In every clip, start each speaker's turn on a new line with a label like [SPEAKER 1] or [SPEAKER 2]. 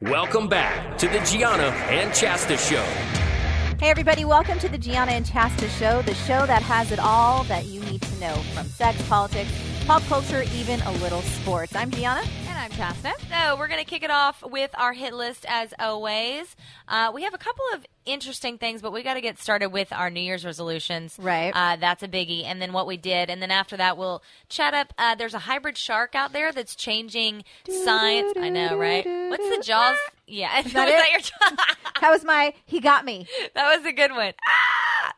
[SPEAKER 1] Welcome back to the Gianna and Chasta Show.
[SPEAKER 2] Hey, everybody, welcome to the Gianna and Chasta Show, the show that has it all that you need to know from sex, politics, pop culture, even a little sports. I'm Gianna.
[SPEAKER 3] And I'm Chasta. So we're going to kick it off with our hit list as always. Uh, we have a couple of interesting things, but we got to get started with our New Year's resolutions.
[SPEAKER 2] Right.
[SPEAKER 3] Uh, that's a biggie. And then what we did. And then after that, we'll chat up. Uh, there's a hybrid shark out there that's changing science. I know, right? What's the Jaws? Yeah. Is
[SPEAKER 2] that
[SPEAKER 3] was
[SPEAKER 2] it?
[SPEAKER 3] that your
[SPEAKER 2] That was my, he got me.
[SPEAKER 3] That was a good one. Ah!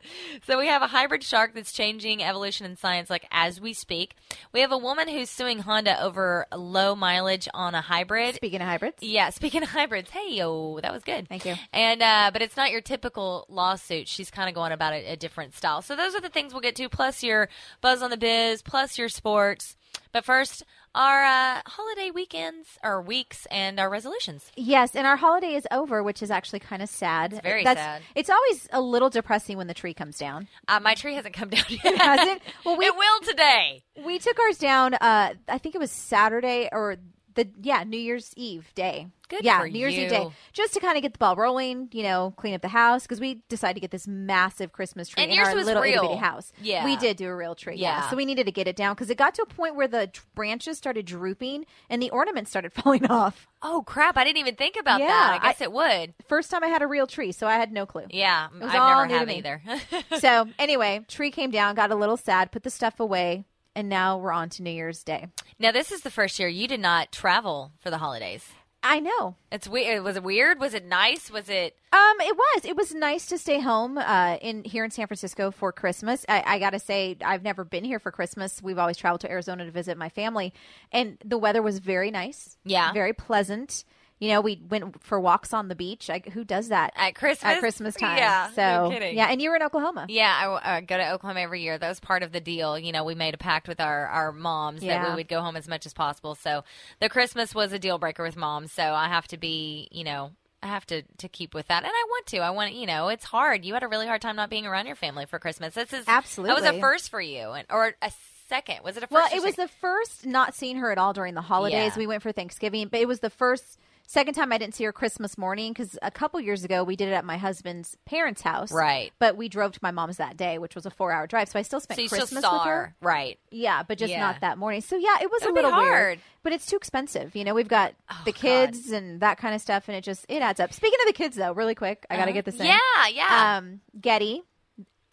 [SPEAKER 3] So we have a hybrid shark that's changing evolution and science like as we speak. We have a woman who's suing Honda over low mileage on a hybrid.
[SPEAKER 2] Speaking of hybrids,
[SPEAKER 3] Yeah, speaking of hybrids, hey yo, that was good.
[SPEAKER 2] Thank you.
[SPEAKER 3] And uh, but it's not your typical lawsuit. She's kind of going about it a different style. So those are the things we'll get to. Plus your buzz on the biz, plus your sports. But first, our uh, holiday weekends or weeks and our resolutions.
[SPEAKER 2] Yes, and our holiday is over, which is actually kind of sad. It's
[SPEAKER 3] very sad.
[SPEAKER 2] It's always a little depressing when the tree comes down.
[SPEAKER 3] Uh, my tree hasn't come down yet.
[SPEAKER 2] hasn't? Well, we-
[SPEAKER 3] it will today.
[SPEAKER 2] We took ours down. Uh, I think it was Saturday or the yeah New Year's Eve day.
[SPEAKER 3] Good
[SPEAKER 2] yeah,
[SPEAKER 3] for
[SPEAKER 2] New Year's Eve
[SPEAKER 3] you.
[SPEAKER 2] day, just to kind of get the ball rolling. You know, clean up the house because we decided to get this massive Christmas tree
[SPEAKER 3] And
[SPEAKER 2] in
[SPEAKER 3] yours
[SPEAKER 2] our
[SPEAKER 3] was
[SPEAKER 2] little itty
[SPEAKER 3] real.
[SPEAKER 2] bitty house.
[SPEAKER 3] Yeah.
[SPEAKER 2] we did do a real tree. Yeah,
[SPEAKER 3] Yeah.
[SPEAKER 2] so we needed to get it down because it got to a point where the t- branches started drooping and the ornaments started falling off.
[SPEAKER 3] Oh crap! I didn't even think about
[SPEAKER 2] Yeah,
[SPEAKER 3] that. I guess
[SPEAKER 2] I-
[SPEAKER 3] it would.
[SPEAKER 2] First time I had a real tree, so I had no clue.
[SPEAKER 3] Yeah,
[SPEAKER 2] was
[SPEAKER 3] I've
[SPEAKER 2] all
[SPEAKER 3] never
[SPEAKER 2] new to
[SPEAKER 3] have
[SPEAKER 2] me.
[SPEAKER 3] either.
[SPEAKER 2] so anyway, tree came down, got a little sad, put the stuff away, and now we're on to New Year's Day.
[SPEAKER 3] now this is the first year you did not travel for the holidays.
[SPEAKER 2] I know.
[SPEAKER 3] It's weird. Was it weird? Was it nice? Was it?
[SPEAKER 2] Um, it was. It was nice to stay home uh, in here in San Francisco for Christmas. I, I gotta say, I've never been here for Christmas. We've always traveled to Arizona to visit my family, and the weather was very nice.
[SPEAKER 3] Yeah.
[SPEAKER 2] very pleasant. You know, we went for walks on the beach. I, who does that
[SPEAKER 3] At Christmas?
[SPEAKER 2] At Christmas time.
[SPEAKER 3] Yeah,
[SPEAKER 2] So
[SPEAKER 3] no kidding.
[SPEAKER 2] yeah, and you were in Oklahoma.
[SPEAKER 3] Yeah, I, I go to Oklahoma every year. That was part of the deal. You know, we made a pact with our our moms that
[SPEAKER 2] Yeah.
[SPEAKER 3] we would go home as much as possible. So the Christmas was a deal breaker with moms. So I have to be, you know. I have to, to keep with that, and I want to. I want, you know, it's hard. You had a really hard time not being around your family for Christmas. This is That was
[SPEAKER 2] Absolutely.
[SPEAKER 3] a first for you, and or a second. Was it a first?
[SPEAKER 2] Well,
[SPEAKER 3] or
[SPEAKER 2] it was
[SPEAKER 3] second?
[SPEAKER 2] the first not seeing her at all during the holidays.
[SPEAKER 3] Yeah.
[SPEAKER 2] We went for Thanksgiving, but it was the first second time I didn't see her Christmas morning because a couple years ago we did it at my husband's parents' house.
[SPEAKER 3] Right.
[SPEAKER 2] But we drove to my mom's that day, which was a four hour drive. So I still spent
[SPEAKER 3] so you
[SPEAKER 2] Christmas
[SPEAKER 3] still saw
[SPEAKER 2] with her.
[SPEAKER 3] right?
[SPEAKER 2] Yeah, but just
[SPEAKER 3] Yeah.
[SPEAKER 2] not that morning. So yeah, it was
[SPEAKER 3] It
[SPEAKER 2] a
[SPEAKER 3] would be
[SPEAKER 2] little weird.
[SPEAKER 3] hard. Oh,
[SPEAKER 2] But it's too expensive. You know, we've got the
[SPEAKER 3] God.
[SPEAKER 2] kids and that kind of stuff and it just it adds up. Speaking of the kids though, really quick, I gotta get this in.
[SPEAKER 3] Uh-huh. Yeah, yeah.
[SPEAKER 2] Um Getty,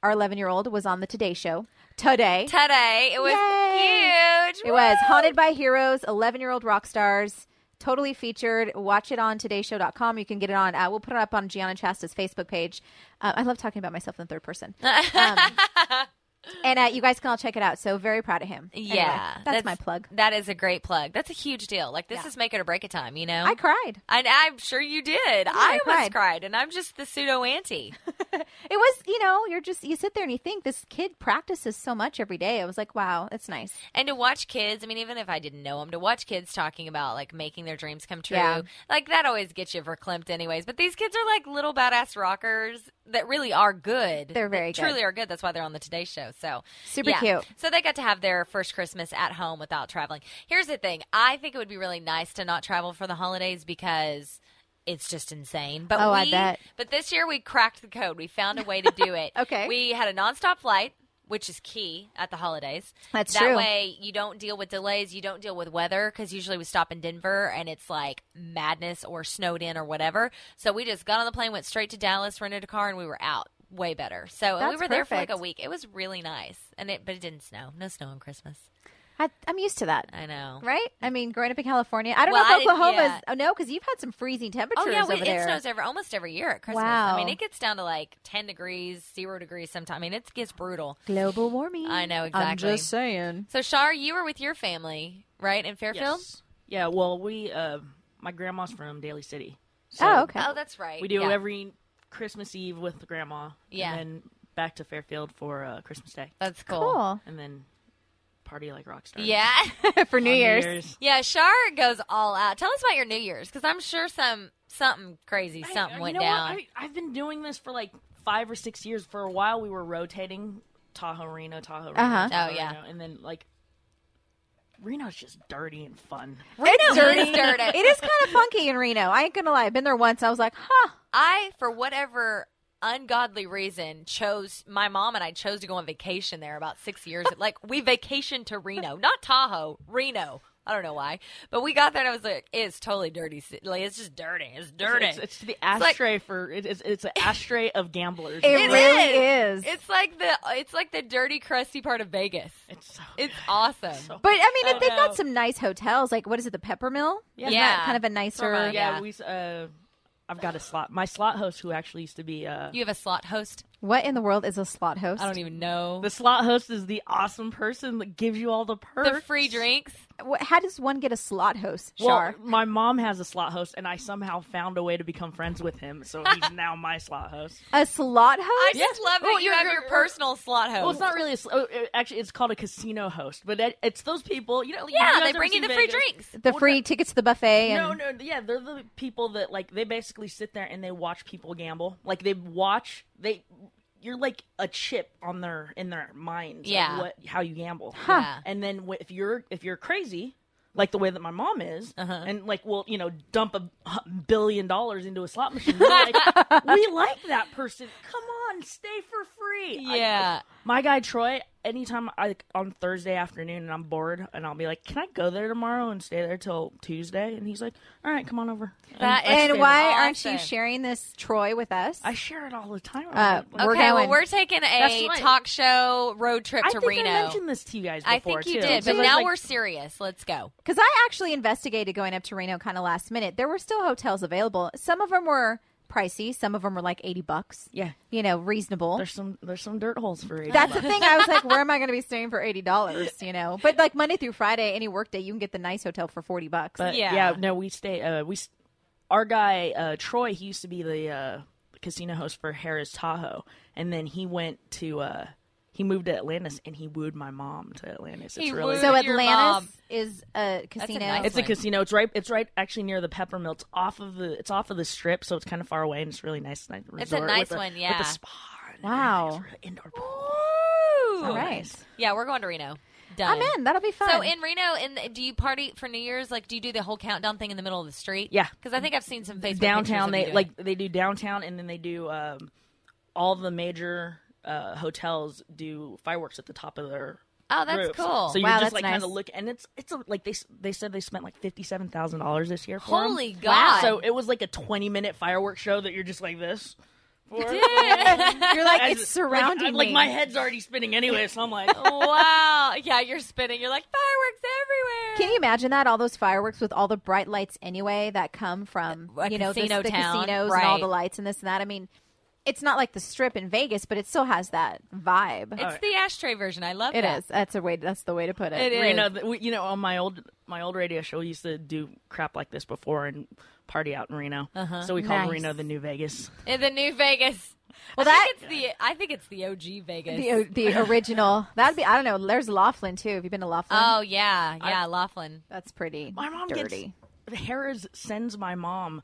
[SPEAKER 2] our eleven year old, was on the Today Show. Today.
[SPEAKER 3] Today it was
[SPEAKER 2] Yay.
[SPEAKER 3] huge.
[SPEAKER 2] It was
[SPEAKER 3] Woo!
[SPEAKER 2] Haunted by Heroes, 11 year old rock stars, totally featured. Watch it on todaysshow.com. You can get it on, uh, we'll put it up on Gianna Chasta's Facebook page. Uh, I love talking about myself in the third person. Um, and uh, you guys can all check it out. So, very proud of him. Anyway,
[SPEAKER 3] Yeah,
[SPEAKER 2] that's, my plug.
[SPEAKER 3] That is a great plug. That's a huge deal. Like this
[SPEAKER 2] Yeah.
[SPEAKER 3] is make it or break it time. You know,
[SPEAKER 2] I cried.
[SPEAKER 3] And I'm sure you did.
[SPEAKER 2] I
[SPEAKER 3] I,
[SPEAKER 2] cried.
[SPEAKER 3] almost cried, and I'm just the pseudo auntie.
[SPEAKER 2] It was, you know, you're just, you sit there and you think this kid practices so much every day. I was like, wow, that's nice.
[SPEAKER 3] and to watch kids, I mean, even if I didn't know them, to watch kids talking about like making their dreams come true,
[SPEAKER 2] Yeah.
[SPEAKER 3] like that always gets you verklempt, anyways. But these kids are like little badass rockers that really are good.
[SPEAKER 2] They're
[SPEAKER 3] They
[SPEAKER 2] very good.
[SPEAKER 3] truly are good. That's why they're on the Today Show. So
[SPEAKER 2] Super
[SPEAKER 3] yeah.
[SPEAKER 2] cute.
[SPEAKER 3] So they got to have their first Christmas at home without traveling. Here's the thing: I think it would be really nice to not travel for the holidays because. It's just insane, but
[SPEAKER 2] Oh,
[SPEAKER 3] we,
[SPEAKER 2] I bet.
[SPEAKER 3] But this year we cracked the code. We found a way to do it.
[SPEAKER 2] Okay.
[SPEAKER 3] we had a nonstop flight, which is key at the holidays.
[SPEAKER 2] That's
[SPEAKER 3] that
[SPEAKER 2] true.
[SPEAKER 3] way you don't deal with delays, you don't deal with weather because usually we stop in Denver and it's like madness or snowed in or whatever. So we just got on the plane, went straight to Dallas, rented a car, and we were out. Way better. So and we
[SPEAKER 2] That's
[SPEAKER 3] were there for like a
[SPEAKER 2] perfect.
[SPEAKER 3] week. It was really nice, and it but it didn't snow. No snow on Christmas.
[SPEAKER 2] I, I'm used to that.
[SPEAKER 3] I know.
[SPEAKER 2] Right? I mean, growing up in California, I don't
[SPEAKER 3] Well,
[SPEAKER 2] know
[SPEAKER 3] I
[SPEAKER 2] if
[SPEAKER 3] didn't-
[SPEAKER 2] Oklahoma's.
[SPEAKER 3] yeah.
[SPEAKER 2] Oh, no, because you've had some freezing temperatures
[SPEAKER 3] Oh yeah,
[SPEAKER 2] over
[SPEAKER 3] we,
[SPEAKER 2] there.
[SPEAKER 3] it snows every almost every year at Christmas.
[SPEAKER 2] Wow.
[SPEAKER 3] I mean, it gets down to like ten degrees, zero degrees sometimes. I mean, it gets brutal.
[SPEAKER 2] Global warming.
[SPEAKER 3] I know, exactly.
[SPEAKER 2] I'm just saying.
[SPEAKER 3] So Shar, you were with your family, right, in Fairfield?
[SPEAKER 4] Yes. Yeah, well, we uh, my grandma's from Daly City. So
[SPEAKER 2] oh, okay.
[SPEAKER 3] Oh, that's right.
[SPEAKER 4] We do
[SPEAKER 3] Yeah.
[SPEAKER 4] every Christmas Eve with grandma.
[SPEAKER 3] Yeah.
[SPEAKER 4] And then back to Fairfield for uh, Christmas Day,
[SPEAKER 3] That's
[SPEAKER 2] cool.
[SPEAKER 4] and then party like rock stars.
[SPEAKER 3] Yeah.
[SPEAKER 2] For
[SPEAKER 4] on
[SPEAKER 3] Oh,
[SPEAKER 2] New Year's.
[SPEAKER 3] yeah, Shar goes all out. Tell us about your New Year's because I'm sure some something crazy
[SPEAKER 4] I-
[SPEAKER 3] something
[SPEAKER 4] uh, you
[SPEAKER 3] went
[SPEAKER 4] know what?
[SPEAKER 3] down.
[SPEAKER 4] I, I've been doing this for like five or six years. For a while, we were rotating Tahoe Reno, Tahoe Reno,
[SPEAKER 2] Uh-huh.
[SPEAKER 4] Tahoe
[SPEAKER 3] Oh, yeah.
[SPEAKER 4] Reno, and then like Reno's just dirty and fun.
[SPEAKER 2] It's
[SPEAKER 3] Reno
[SPEAKER 2] dirty.
[SPEAKER 3] is dirty.
[SPEAKER 2] It is kind of funky in Reno. I ain't gonna lie. I've been there once. I was like, huh.
[SPEAKER 3] I, for whatever ungodly reason, chose my mom and I chose to go on vacation there about six years. like we vacationed to Reno, not Tahoe, Reno. I don't know why, but we got there and I was like, "It's totally dirty. ci- Like it's just dirty. It's dirty."
[SPEAKER 4] It's, it's the
[SPEAKER 3] like-
[SPEAKER 4] ashtray for it- it's it's an ashtray of gamblers.
[SPEAKER 2] It,
[SPEAKER 3] It
[SPEAKER 2] really
[SPEAKER 3] is.
[SPEAKER 2] is.
[SPEAKER 3] It's like the it's like the dirty, crusty part of Vegas.
[SPEAKER 4] it's so
[SPEAKER 3] It's awesome.
[SPEAKER 4] So-
[SPEAKER 2] But I mean,
[SPEAKER 3] Oh,
[SPEAKER 2] if they've
[SPEAKER 3] no.
[SPEAKER 2] got some nice hotels. Like, what is it, the Peppermill?
[SPEAKER 4] Yeah.
[SPEAKER 2] Isn't that kind of a nicer.
[SPEAKER 3] From a-
[SPEAKER 4] yeah,
[SPEAKER 3] yeah.
[SPEAKER 4] we uh, I've got a slot. My slot host, who actually used to be uh,
[SPEAKER 3] You have a slot host.
[SPEAKER 2] What in the world is a slot host?
[SPEAKER 3] I don't even know
[SPEAKER 4] the slot host, is the awesome person that gives you all the perks,
[SPEAKER 3] the free drinks.
[SPEAKER 2] Wh- How does one get a slot host,
[SPEAKER 4] Well,
[SPEAKER 2] Shar?
[SPEAKER 4] my mom has a slot host, and I somehow found a way to become friends with him, so he's now my slot host.
[SPEAKER 2] a slot host?
[SPEAKER 3] I just love that
[SPEAKER 4] Well,
[SPEAKER 3] you
[SPEAKER 4] you're-
[SPEAKER 3] have
[SPEAKER 4] you're-
[SPEAKER 3] your personal slot host.
[SPEAKER 4] Well, it's not really a, sl- oh, uh, actually. It's called a casino host, but it, it's those people. You know, you guys
[SPEAKER 3] yeah, they
[SPEAKER 4] ever
[SPEAKER 3] bring you
[SPEAKER 4] seen
[SPEAKER 3] the free
[SPEAKER 4] Vegas?
[SPEAKER 3] drinks.
[SPEAKER 2] the free tickets to the buffet. And
[SPEAKER 4] No, no, yeah, they're the people that like they basically sit there and they watch people gamble. Like they watch they. You're like a chip on their in their minds. of
[SPEAKER 3] Yeah.
[SPEAKER 4] what how you gamble.
[SPEAKER 3] Huh.
[SPEAKER 4] And then wh- if you're if you're crazy. Like the way that my mom is,
[SPEAKER 3] Uh-huh.
[SPEAKER 4] and like, well, you know, dump a h- billion dollars into a slot machine. We're like, we like that person. Come on, stay for free. I-
[SPEAKER 3] Yeah.
[SPEAKER 4] my guy Troy, anytime I on Thursday afternoon and I'm bored and I'll be like, Can I go there tomorrow and stay there till Tuesday? And he's like, All right, come on over.
[SPEAKER 3] That is
[SPEAKER 2] And why aren't you
[SPEAKER 3] awesome.
[SPEAKER 2] sharing this, Troy, with us?
[SPEAKER 4] I share it all the time.
[SPEAKER 2] Uh,
[SPEAKER 4] Like,
[SPEAKER 2] We're
[SPEAKER 3] okay, well,
[SPEAKER 2] going.
[SPEAKER 3] we're taking a
[SPEAKER 4] That's right.
[SPEAKER 3] talk show road trip
[SPEAKER 4] I
[SPEAKER 3] to
[SPEAKER 4] think
[SPEAKER 3] Reno.
[SPEAKER 4] I mentioned this to you guys before
[SPEAKER 3] I think you
[SPEAKER 4] too.
[SPEAKER 3] did, but
[SPEAKER 4] Because,
[SPEAKER 3] now
[SPEAKER 4] like,
[SPEAKER 3] we're serious. Let's go.
[SPEAKER 2] Because I actually investigated going up to Reno kind of last minute. There were still hotels available. Some of them were pricey. Some of them were like eighty bucks.
[SPEAKER 4] Yeah.
[SPEAKER 2] you know, reasonable.
[SPEAKER 4] there's some there's some dirt holes for you.
[SPEAKER 2] That's the thing. I was like, where am I going to be staying for eighty dollars? You know, but like Monday through Friday, any workday, you can get the nice hotel for forty bucks.
[SPEAKER 4] but
[SPEAKER 3] yeah.
[SPEAKER 4] yeah. no, we stay uh we s- our guy uh Troy, he used to be the uh casino host for Harris Tahoe and then he went to uh he moved to Atlantis and he wooed my mom to Atlantis. It's
[SPEAKER 3] He
[SPEAKER 4] really
[SPEAKER 3] wooed
[SPEAKER 2] so
[SPEAKER 3] Your
[SPEAKER 2] Atlantis
[SPEAKER 3] mom.
[SPEAKER 2] is a casino.
[SPEAKER 3] nice
[SPEAKER 4] It's a
[SPEAKER 3] Like-
[SPEAKER 4] casino. It's right. It's right actually near the Peppermill. It's off of the. It's off of the strip, so it's kind of far away, and it's really nice. nice resort
[SPEAKER 3] a nice
[SPEAKER 4] with
[SPEAKER 3] one,
[SPEAKER 4] With
[SPEAKER 3] yeah.
[SPEAKER 4] a spa. and
[SPEAKER 2] Wow.
[SPEAKER 4] everything. It's really indoor pool.
[SPEAKER 2] All right,
[SPEAKER 3] Yeah, we're going to Reno. Done.
[SPEAKER 2] I'm in. That'll be fun.
[SPEAKER 3] So in Reno, in the, do you party for New Year's? Like, do you do the whole countdown thing in the middle of the street?
[SPEAKER 4] Yeah.
[SPEAKER 3] because I think I've seen some Facebook pictures
[SPEAKER 4] Downtown,
[SPEAKER 3] of you
[SPEAKER 4] they
[SPEAKER 3] doing
[SPEAKER 4] like they do downtown, and then they do um, all the major uh, hotels do fireworks at the top of their.
[SPEAKER 3] Oh, that's
[SPEAKER 4] roofs.
[SPEAKER 3] cool.
[SPEAKER 4] So you
[SPEAKER 2] Wow,
[SPEAKER 4] just
[SPEAKER 2] that's
[SPEAKER 4] like kind
[SPEAKER 2] nice.
[SPEAKER 4] of look, and it's it's a, like they s- they said they spent like fifty seven thousand dollars this year. For 'em.
[SPEAKER 3] Holy God.
[SPEAKER 4] So it was like a twenty minute fireworks show that you're just like this. for.
[SPEAKER 2] You're like
[SPEAKER 4] As-
[SPEAKER 2] it's surrounding
[SPEAKER 4] like, I- like
[SPEAKER 2] me.
[SPEAKER 4] my head's already spinning anyway, so I'm like,
[SPEAKER 3] wow. Yeah, you're spinning. You're like fireworks everywhere.
[SPEAKER 2] Can you imagine that all those fireworks with all the bright lights anyway that come from
[SPEAKER 3] A
[SPEAKER 2] you know the-
[SPEAKER 3] casino
[SPEAKER 2] the,
[SPEAKER 3] town,
[SPEAKER 2] casinos and all
[SPEAKER 3] right.
[SPEAKER 2] the lights and this and that? I mean, it's not like the Strip in Vegas, but it still has that vibe.
[SPEAKER 3] It's the ashtray version. I love
[SPEAKER 2] It
[SPEAKER 3] that.
[SPEAKER 2] is. That's a way. That's the way to put it.
[SPEAKER 3] It is.
[SPEAKER 4] you know, th- we- you know, on my old my old radio show, we used to do crap like this before and party out in Reno.
[SPEAKER 3] Uh-huh.
[SPEAKER 4] So we called
[SPEAKER 2] Nice.
[SPEAKER 4] Reno the new Vegas.
[SPEAKER 3] In the new Vegas.
[SPEAKER 2] Well,
[SPEAKER 3] I
[SPEAKER 2] that
[SPEAKER 3] think it's the I think it's the OG Vegas.
[SPEAKER 2] the uh, the original. That'd be. I don't know. There's Laughlin too. Have you been to Laughlin?
[SPEAKER 3] oh yeah, yeah, Laughlin.
[SPEAKER 2] that's pretty.
[SPEAKER 4] My mom
[SPEAKER 2] dirty.
[SPEAKER 4] gets Harris sends my mom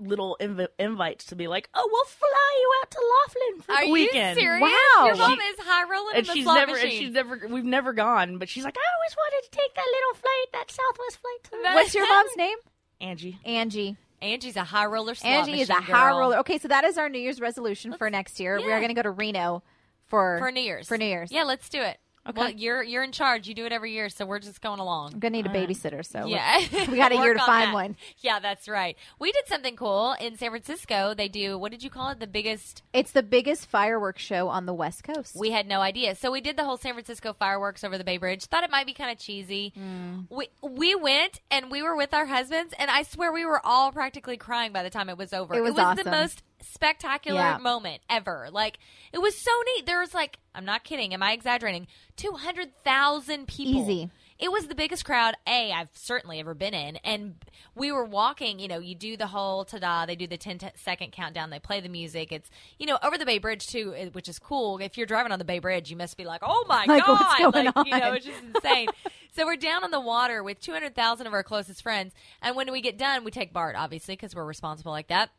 [SPEAKER 4] little inv- invites to be like, oh, we'll fly you out to Laughlin for
[SPEAKER 3] Are
[SPEAKER 4] the
[SPEAKER 3] you
[SPEAKER 4] weekend.
[SPEAKER 3] serious?
[SPEAKER 2] Wow.
[SPEAKER 3] Your mom
[SPEAKER 4] She-
[SPEAKER 3] is high rolling in
[SPEAKER 4] And
[SPEAKER 3] the
[SPEAKER 4] she's
[SPEAKER 3] slot
[SPEAKER 4] never, and
[SPEAKER 3] machine.
[SPEAKER 4] she's never, we've never gone, but she's like, I always wanted to take that little flight, that Southwest flight. To
[SPEAKER 3] That-
[SPEAKER 2] What's your mom's name?
[SPEAKER 4] Angie.
[SPEAKER 2] Angie.
[SPEAKER 3] Angie's a high roller slot
[SPEAKER 2] Angie is a
[SPEAKER 3] machine
[SPEAKER 2] high
[SPEAKER 3] girl.
[SPEAKER 2] roller. Okay, so that is our New Year's resolution for next year. We
[SPEAKER 3] yeah.
[SPEAKER 2] are going to go to Reno for
[SPEAKER 3] for New Year's.
[SPEAKER 2] For New Year's.
[SPEAKER 3] Yeah, let's do it. Okay. Well, you're you're in charge. You do it every year, so we're just going along.
[SPEAKER 2] I'm gonna need a babysitter. So let's-
[SPEAKER 3] Yeah.
[SPEAKER 2] we got a year
[SPEAKER 3] Work
[SPEAKER 2] to
[SPEAKER 3] on
[SPEAKER 2] find
[SPEAKER 3] that.
[SPEAKER 2] one.
[SPEAKER 3] Yeah, that's right. We did something cool in San Francisco. They do what did you call it? The biggest
[SPEAKER 2] It's the biggest fireworks show on the West Coast.
[SPEAKER 3] We had no idea. So we did the whole San Francisco fireworks over the Bay Bridge. Thought it might be kind of cheesy.
[SPEAKER 2] Mm.
[SPEAKER 3] We we went and we were with our husbands, and I swear we were all practically crying by the time it was over.
[SPEAKER 2] It was
[SPEAKER 3] the
[SPEAKER 2] awesome.
[SPEAKER 3] most spectacular
[SPEAKER 2] Yeah.
[SPEAKER 3] moment ever. Like it was so neat. There was like I'm not kidding. Am I exaggerating? Two hundred thousand people.
[SPEAKER 2] Easy.
[SPEAKER 3] It was the biggest crowd A I've certainly ever been in, and we were walking. You know, you do the whole ta-da. They do the 10 t- second countdown. They play the music. It's you know over the Bay Bridge too, eh, which is cool. If you're driving on the Bay Bridge, you must be like, oh my
[SPEAKER 2] Like,
[SPEAKER 3] god,
[SPEAKER 2] what's going
[SPEAKER 3] like you know,
[SPEAKER 2] on?
[SPEAKER 3] it's just insane. so we're down on the water with 200,000 of our closest friends, and when we get done, we take Bart obviously because we're responsible like that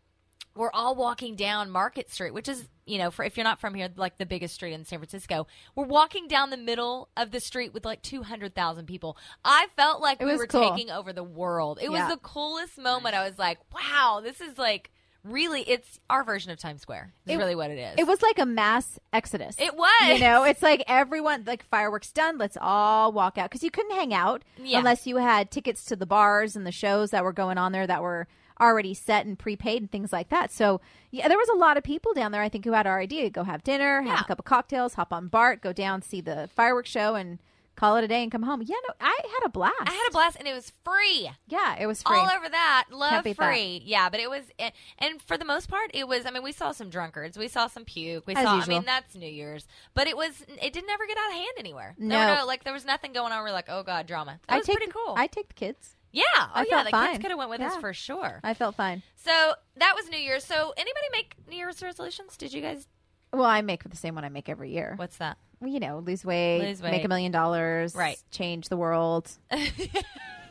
[SPEAKER 3] we're all walking down Market Street, which is, you know, for if you're not from here, like the biggest street in San Francisco. We're walking down the middle of the street with like 200,000 people. I felt like
[SPEAKER 2] It
[SPEAKER 3] we
[SPEAKER 2] was
[SPEAKER 3] were
[SPEAKER 2] cool.
[SPEAKER 3] taking over the world. It
[SPEAKER 2] Yeah.
[SPEAKER 3] was the coolest moment. I was like, wow, this is like really, it's our version of Times Square. Is
[SPEAKER 2] It-
[SPEAKER 3] really what it is.
[SPEAKER 2] It was like a mass exodus.
[SPEAKER 3] It was.
[SPEAKER 2] You know, it's like everyone, like fireworks done, let's all walk out. Because you couldn't hang out
[SPEAKER 3] Yeah.
[SPEAKER 2] unless you had tickets to the bars and the shows that were going on there that were already set and prepaid and things like that. So, yeah, there was a lot of people down there, I think, who had our idea go have dinner, have
[SPEAKER 3] Yeah.
[SPEAKER 2] a couple cocktails, hop on BART, go down, see the fireworks show, and call it a day and come home. Yeah, no, I had a blast.
[SPEAKER 3] I had a blast and it was free.
[SPEAKER 2] Yeah, it was free.
[SPEAKER 3] All over that. Love
[SPEAKER 2] Can't beat that.
[SPEAKER 3] free. Yeah, but it was, and- and for the most part, it was, I mean, we saw some drunkards. We saw some puke. We
[SPEAKER 2] As
[SPEAKER 3] saw, I
[SPEAKER 2] usual.
[SPEAKER 3] mean, that's New Year's. But it was, it didn't ever get out of hand anywhere. There
[SPEAKER 2] No.
[SPEAKER 3] were like, there was nothing going on. We're like, oh, God, drama. That
[SPEAKER 2] I
[SPEAKER 3] was
[SPEAKER 2] take
[SPEAKER 3] pretty
[SPEAKER 2] the-
[SPEAKER 3] cool.
[SPEAKER 2] I take the kids.
[SPEAKER 3] yeah. Oh,
[SPEAKER 2] I
[SPEAKER 3] yeah.
[SPEAKER 2] felt
[SPEAKER 3] The
[SPEAKER 2] fine.
[SPEAKER 3] kids could have went with us
[SPEAKER 2] Yeah.
[SPEAKER 3] for sure.
[SPEAKER 2] I felt fine.
[SPEAKER 3] so that was New Year's. So anybody make New Year's resolutions? Did you guys,
[SPEAKER 2] Well, I make the same one I make every year.
[SPEAKER 3] what's that?
[SPEAKER 2] you know, lose weight,
[SPEAKER 3] Lose
[SPEAKER 2] make
[SPEAKER 3] weight.
[SPEAKER 2] a million dollars,
[SPEAKER 3] Right.
[SPEAKER 2] Change the world,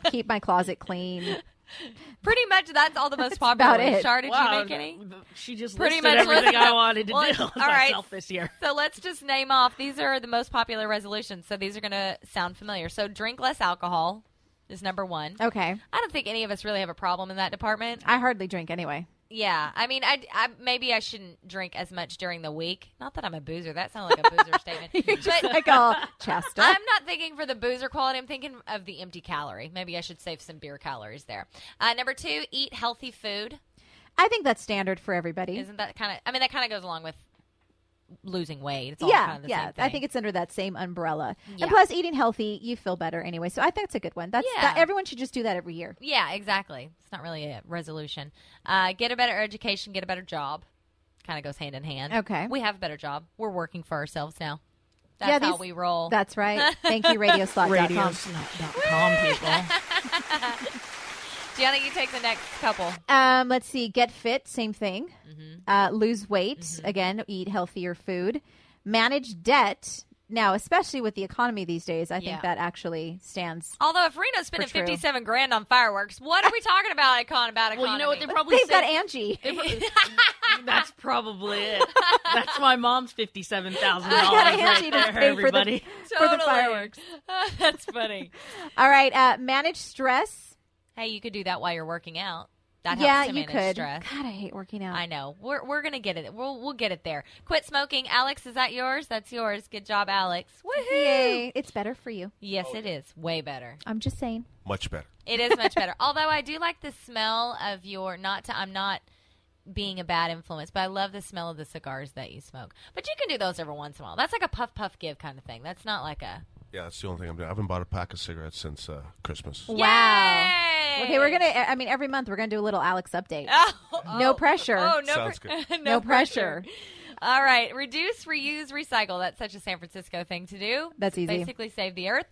[SPEAKER 2] keep my closet clean.
[SPEAKER 3] Pretty much that's all the most
[SPEAKER 2] about
[SPEAKER 3] popular ones.
[SPEAKER 2] it.
[SPEAKER 3] Char, did
[SPEAKER 4] Wow,
[SPEAKER 3] you make any?
[SPEAKER 4] She just
[SPEAKER 3] Pretty
[SPEAKER 4] listed
[SPEAKER 3] much
[SPEAKER 4] everything
[SPEAKER 3] listed
[SPEAKER 4] I
[SPEAKER 3] it.
[SPEAKER 4] wanted to
[SPEAKER 3] Well,
[SPEAKER 4] do
[SPEAKER 3] all
[SPEAKER 4] with
[SPEAKER 3] right.
[SPEAKER 4] myself this year.
[SPEAKER 3] So let's just name off. These are the most popular resolutions. So these are going to sound familiar. So drink less alcohol is number one.
[SPEAKER 2] Okay,
[SPEAKER 3] I don't think any of us really have a problem in that department.
[SPEAKER 2] I hardly drink anyway.
[SPEAKER 3] Yeah, I mean, I, I- maybe I shouldn't drink as much during the week. Not that I'm a boozer. That sounds like a boozer statement. But
[SPEAKER 2] Like all Chasta.
[SPEAKER 3] I'm not thinking for the boozer quality. I'm thinking of the empty calorie. Maybe I should save some beer calories there. Uh, number two, eat healthy food.
[SPEAKER 2] I think that's standard for everybody.
[SPEAKER 3] Isn't that kind of? I mean, that kind of goes along with losing weight. It's all
[SPEAKER 2] yeah,
[SPEAKER 3] kind of the
[SPEAKER 2] yeah.
[SPEAKER 3] same thing.
[SPEAKER 2] I think it's under that same umbrella.
[SPEAKER 3] Yeah.
[SPEAKER 2] And plus, eating healthy, you feel better anyway. So I think it's a good one. That's
[SPEAKER 3] Yeah.
[SPEAKER 2] that, everyone should just do that every year.
[SPEAKER 3] Yeah, exactly. It's not really a resolution. Uh, get a better education, get a better job. Kind of goes hand in hand.
[SPEAKER 2] Okay.
[SPEAKER 3] We have a better job. We're working for ourselves now. That's
[SPEAKER 2] Yeah,
[SPEAKER 3] how
[SPEAKER 2] these-
[SPEAKER 3] we roll.
[SPEAKER 2] That's right. Thank you, radioslot.com.
[SPEAKER 4] Radioslot.com, people.
[SPEAKER 3] Gianna, you take the next couple.
[SPEAKER 2] Um, let's see. Get fit, same thing.
[SPEAKER 3] Mm-hmm.
[SPEAKER 2] Uh, lose weight, again, eat healthier food. Manage debt. Now, especially with the economy these days, I
[SPEAKER 3] Yeah.
[SPEAKER 2] think that actually stands.
[SPEAKER 3] Although if Reno's spending
[SPEAKER 2] true.
[SPEAKER 3] fifty-seven grand on fireworks, what are we talking about, Icon? About economy?
[SPEAKER 4] Well, you know what? They probably
[SPEAKER 2] They've got
[SPEAKER 4] said-
[SPEAKER 2] Angie.
[SPEAKER 4] They pro- That's probably it. That's my mom's fifty-seven thousand dollars
[SPEAKER 2] got
[SPEAKER 4] right
[SPEAKER 2] Angie to
[SPEAKER 4] there,
[SPEAKER 2] pay for the-
[SPEAKER 4] everybody.
[SPEAKER 2] for the fireworks.
[SPEAKER 3] That's funny.
[SPEAKER 2] All right. Uh, manage stress.
[SPEAKER 3] hey, you could do that while you're working out. That
[SPEAKER 2] yeah,
[SPEAKER 3] helps to
[SPEAKER 2] you
[SPEAKER 3] manage
[SPEAKER 2] could.
[SPEAKER 3] stress.
[SPEAKER 2] God, I hate working out.
[SPEAKER 3] I know. We're we're gonna get it. We'll we'll get it there. Quit smoking, Alex. Is that yours? That's yours. Good job, Alex. Woohoo!
[SPEAKER 2] Yay. It's better for you.
[SPEAKER 3] Yes, it is. Way better.
[SPEAKER 2] I'm just saying.
[SPEAKER 5] Much better.
[SPEAKER 3] It is much better. Although I do like the smell of your not to I'm not being a bad influence, but I love the smell of the cigars that you smoke. But you can do those every once in a while. That's like a puff puff give kind of thing. That's not like a
[SPEAKER 5] Yeah, that's the only thing I'm doing. I haven't bought a pack of cigarettes since uh, Christmas.
[SPEAKER 2] Wow.
[SPEAKER 3] Yay!
[SPEAKER 2] Okay, we're going to, I mean, every month we're going to do a little Alex update.
[SPEAKER 3] Oh,
[SPEAKER 2] No
[SPEAKER 3] oh,
[SPEAKER 2] pressure.
[SPEAKER 3] Oh, no,
[SPEAKER 5] Sounds
[SPEAKER 3] pre-
[SPEAKER 5] good.
[SPEAKER 2] No pressure.
[SPEAKER 3] All right. Reduce, reuse, recycle. That's such a San Francisco thing to do.
[SPEAKER 2] That's easy.
[SPEAKER 3] Basically, save the earth,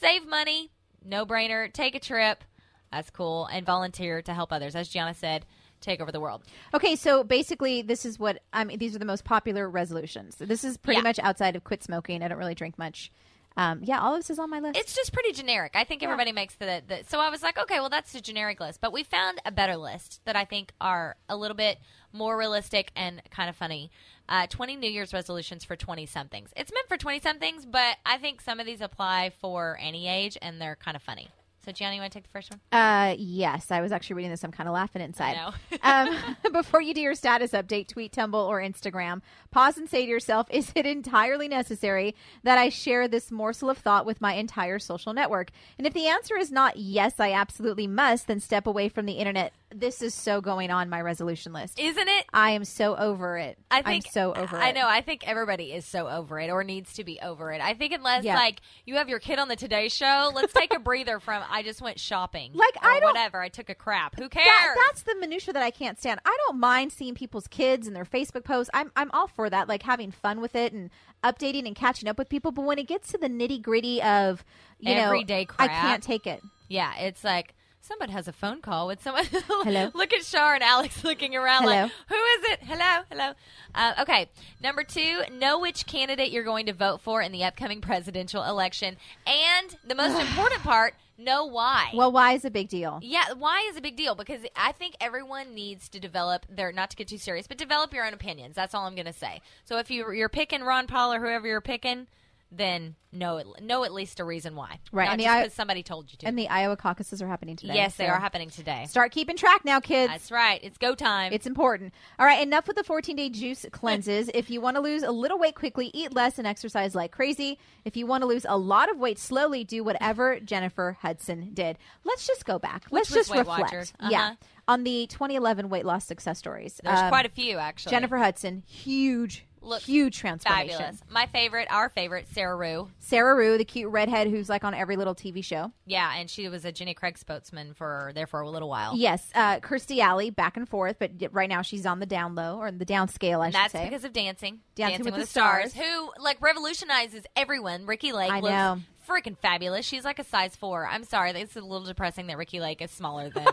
[SPEAKER 3] save money, no brainer, take a trip. That's cool. And volunteer to help others. As Gianna said, take over the world.
[SPEAKER 2] Okay, so basically, this is what I mean. These are the most popular resolutions. This is pretty
[SPEAKER 3] Yeah.
[SPEAKER 2] much outside of quit smoking. I don't really drink much. Um, yeah, all of this is on my list.
[SPEAKER 3] It's just pretty generic. I think everybody makes the, the. So I was like, okay, well, that's a generic list. But we found a better list that I think are a little bit more realistic and kind of funny. Uh, 20 New Year's resolutions for 20 somethings. It's meant for 20 somethings, but I think some of these apply for any age and they're kind of funny. So, Gianni, you want to take the first one?
[SPEAKER 2] uh, yes, I was actually reading this. I'm kind of laughing inside. um, before you do your status update, tweet, Tumblr, or Instagram, pause and say to yourself, is it entirely necessary that I share this morsel of thought with my entire social network? And if the answer is not yes, I absolutely must, then step away from the internet. This is so going on my resolution list.
[SPEAKER 3] Isn't it?
[SPEAKER 2] I am so over it.
[SPEAKER 3] I think
[SPEAKER 2] I'm so over it.
[SPEAKER 3] I know. I think everybody is so over it, or needs to be over it. I think unless
[SPEAKER 2] Yeah.
[SPEAKER 3] like you have your kid on the Today Show, let's take a breather from. I just went shopping,
[SPEAKER 2] Like,
[SPEAKER 3] or
[SPEAKER 2] I don't-
[SPEAKER 3] whatever. I took a crap. Who cares?
[SPEAKER 2] That, that's the minutia that I can't stand. I don't mind seeing people's kids and their Facebook posts. I'm I'm all for that, like having fun with it and updating and catching up with people. But when it gets to the nitty gritty of you know
[SPEAKER 3] Everyday
[SPEAKER 2] I
[SPEAKER 3] crap.
[SPEAKER 2] can't take it.
[SPEAKER 3] yeah, it's like Someone has a phone call with someone.
[SPEAKER 2] Hello?
[SPEAKER 3] Look at Shar and Alex looking around
[SPEAKER 2] Hello?
[SPEAKER 3] like, who is it? Hello, hello. Uh, okay, number two, know which candidate you're going to vote for in the upcoming presidential election, and the most important part, know why.
[SPEAKER 2] Well, why is a big deal?
[SPEAKER 3] Yeah, why is a big deal? Because I think everyone needs to develop their not to get too serious, but develop your own opinions. That's all I'm going to say. So if you you're picking Ron Paul or whoever you're picking, then know at- know at least a reason why.
[SPEAKER 2] Right,
[SPEAKER 3] Not
[SPEAKER 2] and the
[SPEAKER 3] just
[SPEAKER 2] I-
[SPEAKER 3] because somebody told you to.
[SPEAKER 2] And the Iowa caucuses are happening today.
[SPEAKER 3] yes, they
[SPEAKER 2] so
[SPEAKER 3] are happening today.
[SPEAKER 2] Start keeping track now, kids.
[SPEAKER 3] That's right. It's go time.
[SPEAKER 2] It's important. All right, enough with the 14 day juice cleanses. if you want to lose a little weight quickly, eat less and exercise like crazy. If you want to lose a lot of weight slowly, do whatever Jennifer Hudson did. Let's just go back. Let's
[SPEAKER 3] was
[SPEAKER 2] just
[SPEAKER 3] Weight
[SPEAKER 2] reflect.
[SPEAKER 3] Watchers. Uh-huh.
[SPEAKER 2] Yeah. On the 2011 weight loss success stories.
[SPEAKER 3] There's
[SPEAKER 2] Um,
[SPEAKER 3] quite a few actually.
[SPEAKER 2] Jennifer Hudson, huge,
[SPEAKER 3] Looks
[SPEAKER 2] huge transformation.
[SPEAKER 3] fabulous. My favorite, our favorite, Sarah Rue.
[SPEAKER 2] Sarah Rue, the cute redhead who's like on every little TV show.
[SPEAKER 3] Yeah, and she was a Jenny Craig spokesman for there for a little while.
[SPEAKER 2] Yes, uh, Kirstie Alley, back and forth, but y- right now she's on the down low or the down scale, I should
[SPEAKER 3] That's
[SPEAKER 2] say.
[SPEAKER 3] because of dancing.
[SPEAKER 2] Dancing with the Stars.
[SPEAKER 3] Who, like, revolutionizes everyone. Ricky Lake
[SPEAKER 2] I
[SPEAKER 3] looks
[SPEAKER 2] know.
[SPEAKER 3] freaking fabulous. She's like a size four. I'm sorry. It's a little depressing that Ricky Lake is smaller than.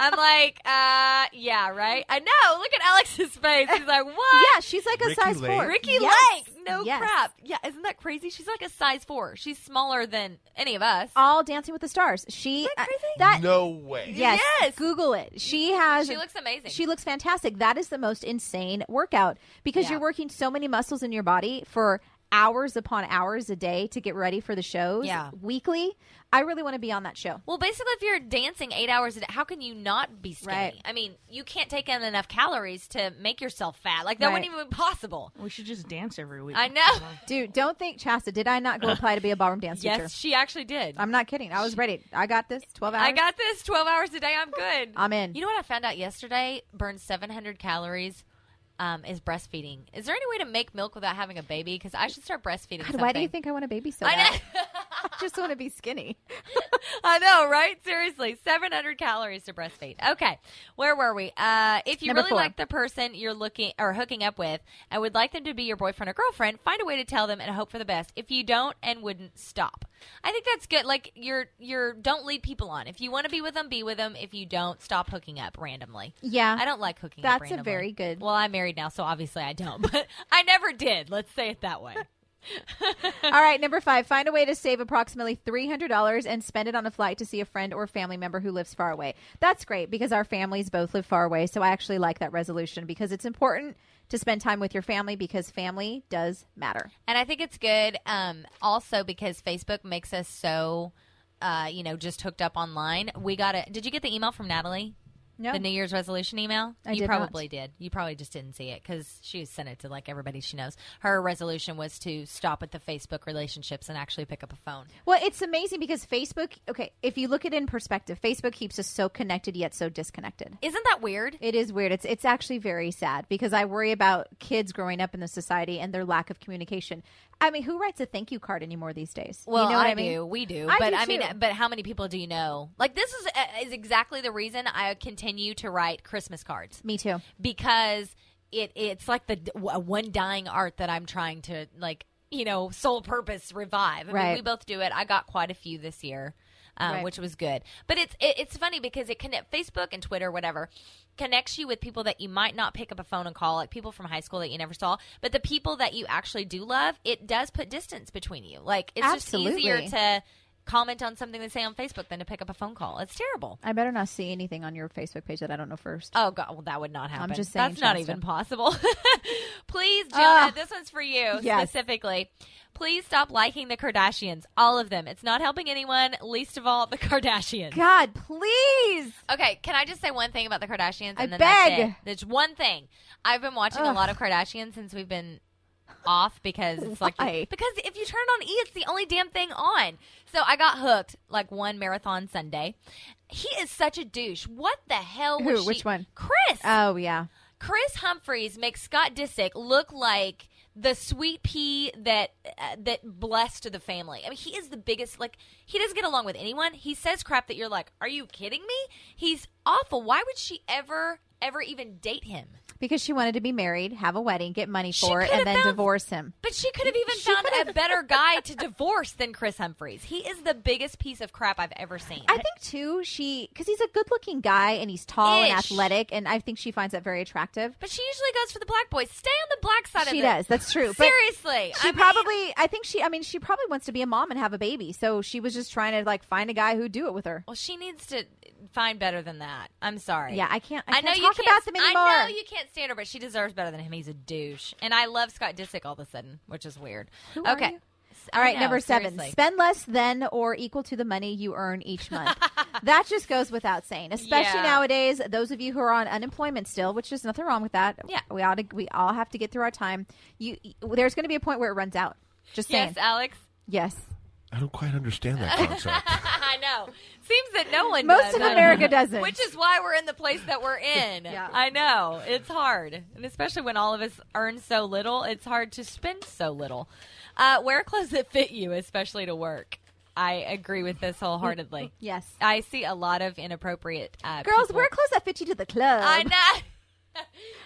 [SPEAKER 3] I'm like, uh, yeah, right? I know. Look at Alex's face. He's like, what?
[SPEAKER 2] yeah, she's like a
[SPEAKER 5] Ricky
[SPEAKER 2] size
[SPEAKER 5] Lake.
[SPEAKER 2] four.
[SPEAKER 3] Ricky
[SPEAKER 2] Yes.
[SPEAKER 3] Lake. No
[SPEAKER 2] Yes.
[SPEAKER 3] crap. Yeah, isn't that crazy? She's like a size four. She's smaller than any of us.
[SPEAKER 2] all Dancing with the Stars. She uh, that,
[SPEAKER 5] no way.
[SPEAKER 2] yes,
[SPEAKER 3] Yes.
[SPEAKER 2] Google it. She has.
[SPEAKER 3] She looks amazing.
[SPEAKER 2] She looks fantastic. That is the most insane workout because
[SPEAKER 3] Yeah.
[SPEAKER 2] you're working so many muscles in your body for hours upon hours a day to get ready for the shows.
[SPEAKER 3] Yeah.
[SPEAKER 2] weekly. I really want to be on that show.
[SPEAKER 3] Well, basically, if you're dancing eight hours a day, how can you not be skinny?
[SPEAKER 2] Right.
[SPEAKER 3] I mean, you can't take in enough calories to make yourself fat. Like, that
[SPEAKER 2] Right.
[SPEAKER 3] wouldn't even be possible.
[SPEAKER 4] We should just dance every week.
[SPEAKER 3] I know.
[SPEAKER 2] Dude, don't think Chasta. Did I not go apply to be a ballroom dance teacher?
[SPEAKER 3] Yes, she actually did. i
[SPEAKER 2] I'm not kidding. I was ready. I got this. Twelve hours.
[SPEAKER 3] got this 12 hours a day. I'm good.
[SPEAKER 2] I'm in.
[SPEAKER 3] You know what I found out yesterday? Burn 700 calories um, is breastfeeding. Is there any way to make milk without having a baby? Because I should start breastfeeding.
[SPEAKER 2] God, why do you
[SPEAKER 3] something.
[SPEAKER 2] think I want a baby so
[SPEAKER 3] I
[SPEAKER 2] bad?
[SPEAKER 3] know,
[SPEAKER 2] I just want to be skinny.
[SPEAKER 3] I know, right? Seriously, 700 calories to breastfeed. Okay, where were we? Uh, if you
[SPEAKER 2] Number
[SPEAKER 3] really
[SPEAKER 2] four.
[SPEAKER 3] like the person you're looking or hooking up with and would like them to be your boyfriend or girlfriend, find a way to tell them and hope for the best. If you don't and wouldn't, stop. I think that's good. Like you're you're don't lead people on. If you want to be with them, be with them. If you don't, stop hooking up randomly.
[SPEAKER 2] Yeah.
[SPEAKER 3] I don't like hooking up.
[SPEAKER 2] That's a
[SPEAKER 3] randomly.
[SPEAKER 2] very good-
[SPEAKER 3] Well, I'm married now, so obviously I don't, but I never did. Let's say it that way.
[SPEAKER 2] All right, number five. Find a way to save approximately three hundred dollars and spend it on a flight to see a friend or family member who lives far away. That's great because our families both live far away, so I actually like that resolution because it's important to spend time with your family because family does matter.
[SPEAKER 3] And I think it's good um, also because Facebook makes us so, uh, you know, just hooked up online. We got it. Did you get the email from Natalie?
[SPEAKER 2] No,
[SPEAKER 3] The New Year's resolution email?
[SPEAKER 2] I
[SPEAKER 3] you
[SPEAKER 2] did
[SPEAKER 3] probably did. You probably just didn't see it because she sent it to like everybody she knows. Her resolution was to stop with the Facebook relationships and actually pick up a phone.
[SPEAKER 2] Well, it's amazing because Facebook. Okay, if you look at it in perspective, Facebook keeps us so connected yet so disconnected.
[SPEAKER 3] Isn't that weird?
[SPEAKER 2] It is weird. It's it's actually very sad because I worry about kids growing up in this society and their lack of communication. I mean, who writes a thank you card anymore these days?
[SPEAKER 3] Well,
[SPEAKER 2] you know what
[SPEAKER 3] I,
[SPEAKER 2] I, mean?
[SPEAKER 3] do. We do.
[SPEAKER 2] I
[SPEAKER 3] but
[SPEAKER 2] do
[SPEAKER 3] I mean,
[SPEAKER 2] too.
[SPEAKER 3] but how many people do you know? Like this is uh, is exactly the reason I continue to write Christmas cards.
[SPEAKER 2] Me too.
[SPEAKER 3] because it it's like the d- w- one dying art that I'm trying to like you know sole purpose revive. I mean,
[SPEAKER 2] Right.
[SPEAKER 3] we both do it. I got quite a few this year, um,
[SPEAKER 2] Right.
[SPEAKER 3] which was good. But it's it, it's funny because it connect Facebook and Twitter, whatever, connects you with people that you might not pick up a phone and call, like people from high school that you never saw. But the people that you actually do love, it does put distance between you. Like it's
[SPEAKER 2] Absolutely.
[SPEAKER 3] just easier to comment on something they say on Facebook than to pick up a phone call. It's terrible.
[SPEAKER 2] I better not see anything on your Facebook page that I don't know first.
[SPEAKER 3] Oh God! Well, that would not happen.
[SPEAKER 2] just saying,
[SPEAKER 3] that's not
[SPEAKER 2] Shasta.
[SPEAKER 3] even possible. Please, Jonah,
[SPEAKER 2] Ah.
[SPEAKER 3] this one's for you
[SPEAKER 2] Yes.
[SPEAKER 3] specifically. Please stop liking the Kardashians, all of them. It's not helping anyone, least of all the Kardashians.
[SPEAKER 2] Oh, God, please.
[SPEAKER 3] Okay, can I just say one thing about the Kardashians? And
[SPEAKER 2] I beg.
[SPEAKER 3] then That's it. There's one thing. I've been watching a
[SPEAKER 2] Ugh.
[SPEAKER 3] lot of Kardashians since we've been off because it's like
[SPEAKER 2] Why?
[SPEAKER 3] because if you turn on E, it's the only damn thing on. So I got hooked like one marathon Sunday. He is such a douche. What the hell?
[SPEAKER 2] Who?
[SPEAKER 3] Was she-
[SPEAKER 2] Which one?
[SPEAKER 3] Chris.
[SPEAKER 2] Oh yeah.
[SPEAKER 3] Chris Humphreys makes Scott Disick look like the sweet pea that uh, that blessed the family. I mean, he is the biggest. Like, he doesn't get along with anyone. He says crap that you're like, "Are you kidding me?" He's awful. Why would she ever, ever even date him?
[SPEAKER 2] because she wanted to be married, have a wedding, get money
[SPEAKER 3] She
[SPEAKER 2] for it,
[SPEAKER 3] could've
[SPEAKER 2] and then
[SPEAKER 3] found-
[SPEAKER 2] divorce him.
[SPEAKER 3] But she could have even found a better guy to divorce than Chris Humphreys. He is the biggest piece of crap I've ever seen.
[SPEAKER 2] I think too she because he's a good-looking guy and he's tall and
[SPEAKER 3] Ish.
[SPEAKER 2] athletic, and I think she finds that very attractive.
[SPEAKER 3] but she usually goes for the black boys. Stay on the black side of
[SPEAKER 2] She
[SPEAKER 3] it.
[SPEAKER 2] does. That's true. But
[SPEAKER 3] Seriously.
[SPEAKER 2] she
[SPEAKER 3] I mean,
[SPEAKER 2] probably. I think she. I mean, she probably wants to be a mom and have a baby. So she was just trying to like find a guy who'd do it with her.
[SPEAKER 3] Well, she needs to find better than that. I'm sorry.
[SPEAKER 2] Yeah, I can't- I
[SPEAKER 3] know
[SPEAKER 2] can't
[SPEAKER 3] you
[SPEAKER 2] talk
[SPEAKER 3] can't,
[SPEAKER 2] about them anymore.
[SPEAKER 3] I know you can't stand her, but she deserves better than him. He's a douche, and I love Scott Disick all of a sudden, which is weird.
[SPEAKER 2] Who are
[SPEAKER 3] okay.
[SPEAKER 2] you?
[SPEAKER 3] S-
[SPEAKER 2] All right,
[SPEAKER 3] I know,
[SPEAKER 2] number seven.
[SPEAKER 3] seriously.
[SPEAKER 2] Spend less than or equal to the money you earn each month. that just goes without saying, especially
[SPEAKER 3] Yeah.
[SPEAKER 2] nowadays. Those of you who are on unemployment still, which is nothing wrong with that.
[SPEAKER 3] Yeah.
[SPEAKER 2] we all we all have to get through our time. You, there's going to be a point where it runs out. Just saying.
[SPEAKER 3] yes, Alex.
[SPEAKER 2] yes.
[SPEAKER 5] I don't quite understand that concept.
[SPEAKER 3] I know. Seems that no one.
[SPEAKER 2] Most
[SPEAKER 3] does,
[SPEAKER 2] of
[SPEAKER 3] I don't
[SPEAKER 2] America
[SPEAKER 3] know.
[SPEAKER 2] doesn't.
[SPEAKER 3] which is why we're in the place that we're in.
[SPEAKER 2] Yeah.
[SPEAKER 3] I know it's hard, and especially when all of us earn so little, it's hard to spend so little. Uh, wear clothes that fit you, especially to work. I agree with this wholeheartedly.
[SPEAKER 2] Yes.
[SPEAKER 3] I see a lot of inappropriate uh,
[SPEAKER 2] Girls,
[SPEAKER 3] people-
[SPEAKER 2] wear clothes that fit you to the club.
[SPEAKER 3] I know.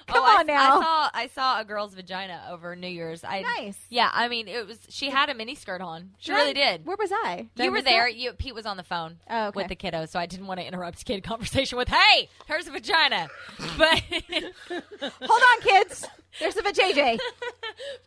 [SPEAKER 2] Come
[SPEAKER 3] Um, Oh, I-
[SPEAKER 2] on now.
[SPEAKER 3] I saw I saw a girl's vagina over New Year's. I,
[SPEAKER 2] Nice.
[SPEAKER 3] Yeah, I mean it was. She had a mini skirt on. She
[SPEAKER 2] Did I-
[SPEAKER 3] really did.
[SPEAKER 2] Where was I? Did I
[SPEAKER 3] you were
[SPEAKER 2] miss
[SPEAKER 3] there.
[SPEAKER 2] that?
[SPEAKER 3] You, Pete was on the phone
[SPEAKER 2] Oh, okay.
[SPEAKER 3] with the kiddo, so I didn't want to interrupt kid conversation with "Hey, here's a vagina," but
[SPEAKER 2] Hold on, kids. There's a JJ.